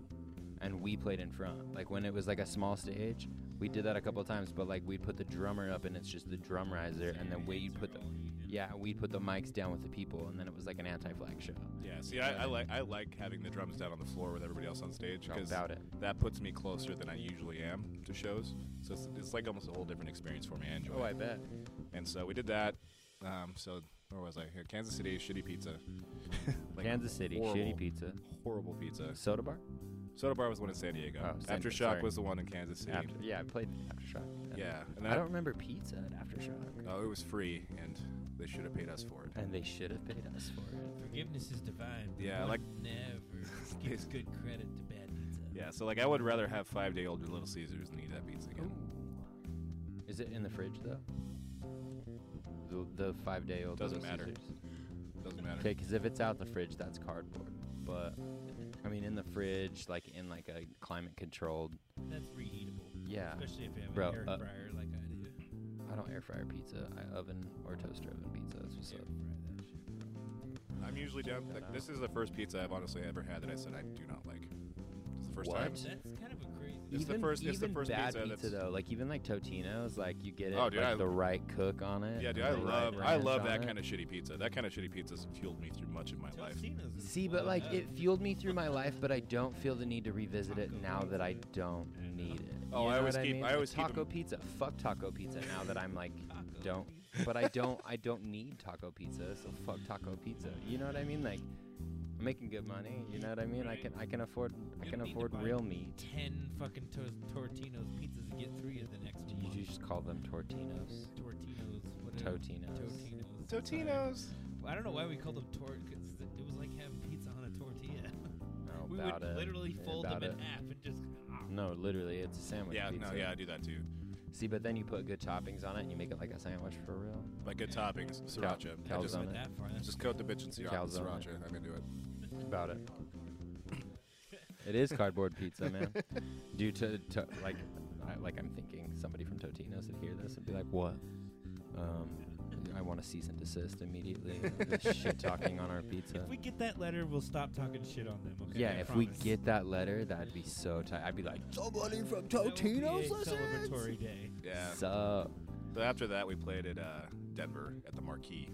S3: and we played in front. Like when it was like a small stage, we did that a couple of times. But like we put the drummer up, and it's just the drum riser, and then we put the yeah, we put the mics down with the people, and then it was like an anti-flag show.
S5: Yeah. See, I, I like I like having the drums down on the floor with everybody else on stage
S3: How
S5: because
S3: about it?
S5: that puts me closer than I usually am to shows. So it's, it's like almost a whole different experience for me. I enjoy.
S3: Oh,
S5: it.
S3: I bet.
S5: And so we did that. Um, so where was I? Here, Kansas City, shitty pizza. Like,
S3: Kansas City,
S5: horrible,
S3: shitty pizza,
S5: Horrible pizza.
S3: soda bar.
S5: Soda Bar was the one in San Diego.
S3: Oh, San Diego,
S5: Aftershock
S3: sorry.
S5: was the one in Kansas City.
S3: After, yeah, I played aftershock. and-
S5: yeah, and
S3: I don't remember pizza at aftershock,
S5: Oh, it was free, and they should have paid us for it.
S3: and they should have paid us for it.
S4: Forgiveness is divine. but
S5: Yeah,
S4: one
S5: like-
S4: never gives good credit to bad pizza.
S5: Yeah, so like I would rather have five day old Little Caesars than eat that pizza again.
S3: Is it in the fridge though? The, the five day old
S5: Doesn't matter. Doesn't matter.
S3: Okay, because if it's out the fridge, that's cardboard. But I mean, in the fridge, like in like a climate controlled.
S4: That's reheatable.
S3: Yeah.
S4: Especially if you have
S3: Bro,
S4: an air
S3: uh,
S4: fryer like I do.
S3: I don't air fryer pizza. I oven or toaster oven pizza. That's what's
S4: Air
S3: up.
S4: fry that shit.
S5: I'm usually down. Like, this is the first pizza I've honestly ever had that I said I do not like. It's the first
S3: What?
S5: time.
S4: That's kind of a crazy.
S5: It's the
S3: even
S5: first-
S3: even
S5: it's the first
S3: bad
S5: pizza
S3: pizza,
S5: that's-
S3: though, like even like Totino's, like you get it
S5: Oh, dude,
S3: like
S5: I-
S3: the right cook on it.
S5: Yeah, dude,
S3: and
S5: I
S3: the right
S5: love I
S3: ranch
S5: love
S3: on
S5: that
S3: it.
S5: kind of shitty pizza. That kind of shitty pizza's fueled me through much of my life.
S4: Totino's is
S3: See, but
S4: blown
S3: like
S4: up.
S3: it fueled me through my life, but I don't feel the need to revisit it now that I don't need it.
S5: Oh,
S3: You
S5: I
S3: know
S5: always
S3: what
S5: keep-
S3: mean?
S5: I
S3: Like,
S5: always keep 'em-
S3: taco pizza. Fuck taco pizza now that I'm like don't, but I don't I don't need taco pizza, so fuck taco pizza. You know what I mean? Like I'm making good money. You know what I mean? I
S4: Right.
S3: can I can afford I
S4: You
S3: can
S4: don't need to
S3: afford
S4: buy
S3: real meat.
S4: ten fucking to- Tortino's pizzas to get through you the next
S3: Did
S4: month.
S3: you just call them tortinos?
S4: Tortino's, whatever.
S3: Totinos.
S4: Totino's.
S5: Totino's.
S4: Well, I don't know why we called them tort. Cause th- it was like having pizza on a tortilla.
S3: No,
S4: we
S3: about
S4: would
S3: it.
S4: literally fold them
S3: About
S4: in
S3: it. Mm-hmm.
S4: half and just. ah,
S3: No, literally, it's a sandwich.
S5: Yeah,
S3: pizza.
S5: no, yeah, I do that too.
S3: See, but then you put good toppings on it and you make it like a sandwich for real.
S5: Like good toppings, sriracha. I just,
S3: calzone.
S4: that far. That's
S5: just coat the bitch in sriracha.
S3: Calzone.
S5: sriracha. I'm into it.
S3: about it. It is cardboard pizza, man. Due to, to like, I, like I'm thinking somebody from Totino's would hear this and be like, "What?" Um, I want to cease and desist immediately. shit talking on our pizza.
S4: If we get that letter, we'll stop talking shit on them. Okay?
S3: yeah,
S4: I
S3: if we
S4: promise.
S3: get that letter, that'd be so tight. I'd be like, somebody from
S4: That would be
S3: Totino's
S4: a
S3: listens.
S4: celebratory day.
S5: Yeah.
S3: Sup?
S5: So after that, we played at uh, Denver at the Marquee,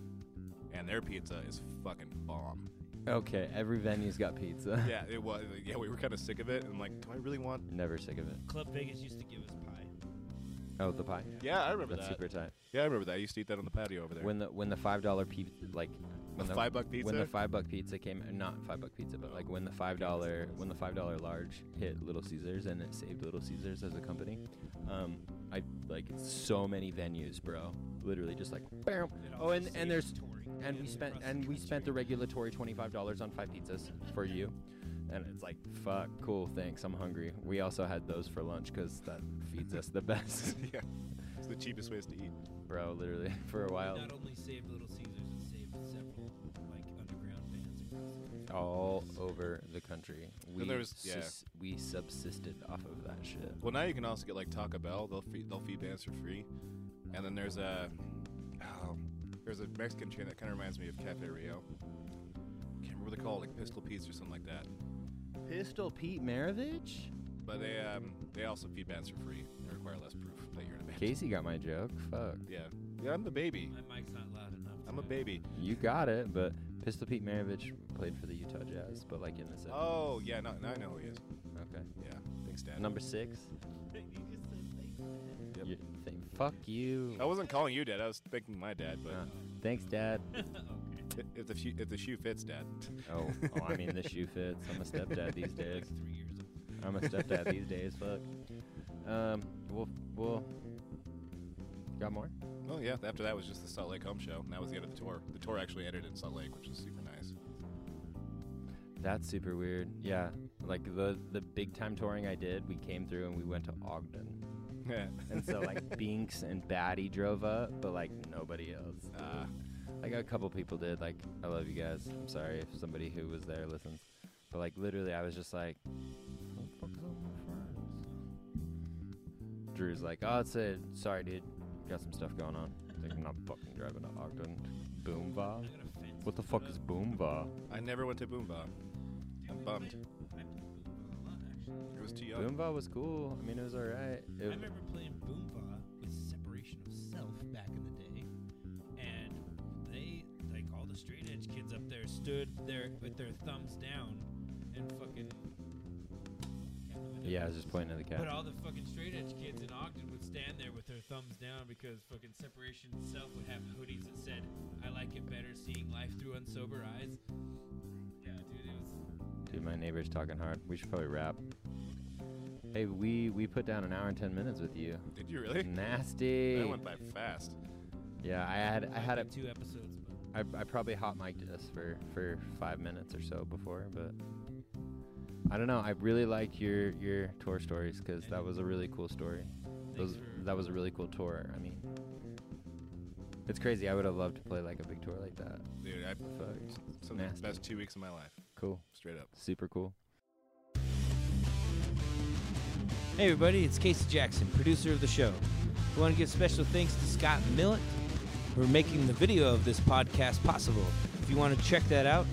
S5: and their pizza is fucking bomb.
S3: Okay, every venue's got pizza.
S5: Yeah, it was. Yeah, we were kind of sick of it, and like, do I really want?
S3: Never sick of it.
S4: Club Vegas used to give us pie.
S3: Oh, the pie.
S5: Yeah, I remember
S3: That's
S5: that.
S3: super tight.
S5: Yeah, I remember that. I used to eat that on the patio over there.
S3: When the when the five dollar pizza like when
S5: The five buck
S3: when
S5: pizza?
S3: the five buck pizza came not five buck pizza but like when the five dollar when the five dollar large hit Little Caesars and it saved Little Caesars as a company, um, I like so many venues, bro. Literally just like bam. Oh, and and there's and we spent and we spent the regulatory twenty five dollars on five pizzas for you. And it's like, fuck, cool, thanks, I'm hungry. We also had those for lunch because that feeds us the best,
S5: yeah, it's the cheapest ways to eat.
S3: bro. Literally, for a while.
S4: Not only saved Little Caesars, it saved several like underground bands across the country.
S3: all over the country. We
S5: there was- yeah.
S3: sus- we subsisted off of that shit.
S5: Well, now you can also get like Taco Bell. They'll feed they'll feed bands for free, and then there's a oh, there's a Mexican chain that kind of reminds me of Cafe Rio. Can't remember what they call it, like Pistol Pizza or something like that.
S3: Pistol Pete Maravich?
S5: But they um they also feed bands for free. They require less proof that you're in a band.
S3: Casey got my joke. Fuck.
S5: Yeah, yeah. I'm the baby.
S4: My mic's not loud enough.
S5: I'm a
S4: to-
S5: baby.
S3: You got it, but Pistol Pete Maravich played for the Utah Jazz, but like in the 70s.
S5: Oh yeah, now, now I know who he is.
S3: Okay.
S5: Yeah, thanks, Dad.
S3: Number six.
S4: Oh. You Oh. just said thanks.
S5: Yep.
S3: You think, fuck you.
S5: I wasn't calling you Dad. I was thinking my dad. But
S3: Uh, thanks, Dad.
S5: i- if the shoe, if the shoe fits, Dad.
S3: Oh, oh, I mean, the shoe fits. I'm a stepdad these days.
S4: Like three years. old.
S3: I'm a stepdad these days. Fuck. Um, we'll, we'll. Got more?
S5: Oh yeah. After that was just the Salt Lake Home Show. And that was the end of the tour. The tour actually ended in Salt Lake, which was super nice.
S3: That's super weird. Yeah, like the the big time touring I did, we came through and we went to Ogden,
S5: Yeah.
S3: and so like Binks and Batty drove up, but like nobody else.
S5: Uh,
S3: Like a couple people did. Like I love you guys. I'm sorry if somebody who was there listens, but like literally, I was just like, "Who the fuck is all my friends?" Drew's like, oh, it's a sorry, dude, got some stuff going on. Like I'm not fucking driving to Ogden. Boomba.
S4: I'm gonna fence
S3: What the fuck is Boomba?
S5: I never went to Boomba. I'm bummed.
S4: I played Boomba a lot, actually.
S5: It was too young.
S3: Boomba was cool. I mean, it was alright.
S4: I
S3: It,
S4: remember playing Boomba with Separation of Self back in the day, and they like all the straight edge kids up there stood there with their thumbs down and fucking. Can't remember what they
S3: yeah, I
S4: were.
S3: was just pointing at the cat.
S4: But all the fucking straight edge kids in Ogden would stand there with their thumbs down because fucking Separation of Self would have hoodies that said, "I like it better seeing life through unsober eyes." Yeah, dude, it was.
S3: Dude, my neighbor's talking hard. We should probably wrap. Hey, we we put down an hour and ten minutes with you.
S5: Did you really?
S3: Nasty.
S5: That went by fast.
S3: Yeah, I had I had
S4: like
S3: it.
S4: two episodes, but
S3: I, I probably hot mic'd us for for five minutes or so before, but I don't know. I really liked your your tour stories because that was a really cool story. Those,
S4: Thanks for-
S3: that was a really cool tour. I mean, it's crazy. I would have loved to play like a big tour like that.
S5: Dude, I,
S3: Fuck.
S5: some of
S3: Nasty.
S5: the best two weeks of my life.
S3: Cool.
S5: Straight up.
S3: Super cool.
S10: Hey everybody, it's Casey Jackson, producer of the show. We want to give special thanks to Scott Millett for making the video of this podcast possible. If you want to check that out,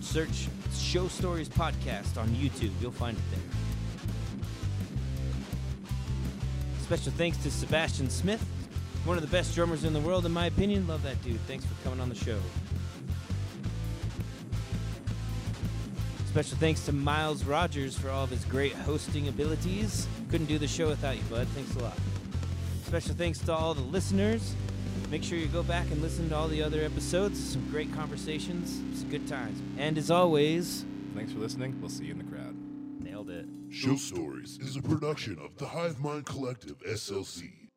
S10: search Show Stories Podcast on YouTube. You'll find it there. Special thanks to Sebastian Smith, one of the best drummers in the world, in my opinion. Love that dude. Thanks for coming on the show. Special thanks to Miles Rogers for all of his great hosting abilities. Couldn't do the show without you, bud. Thanks a lot. Special thanks to all the listeners. Make sure you go back and listen to all the other episodes. Some great conversations, some good times. And as always,
S5: Thanks for listening. We'll see you in the crowd.
S3: Nailed it.
S11: Show Stories is a production of the Hive Mind Collective SLC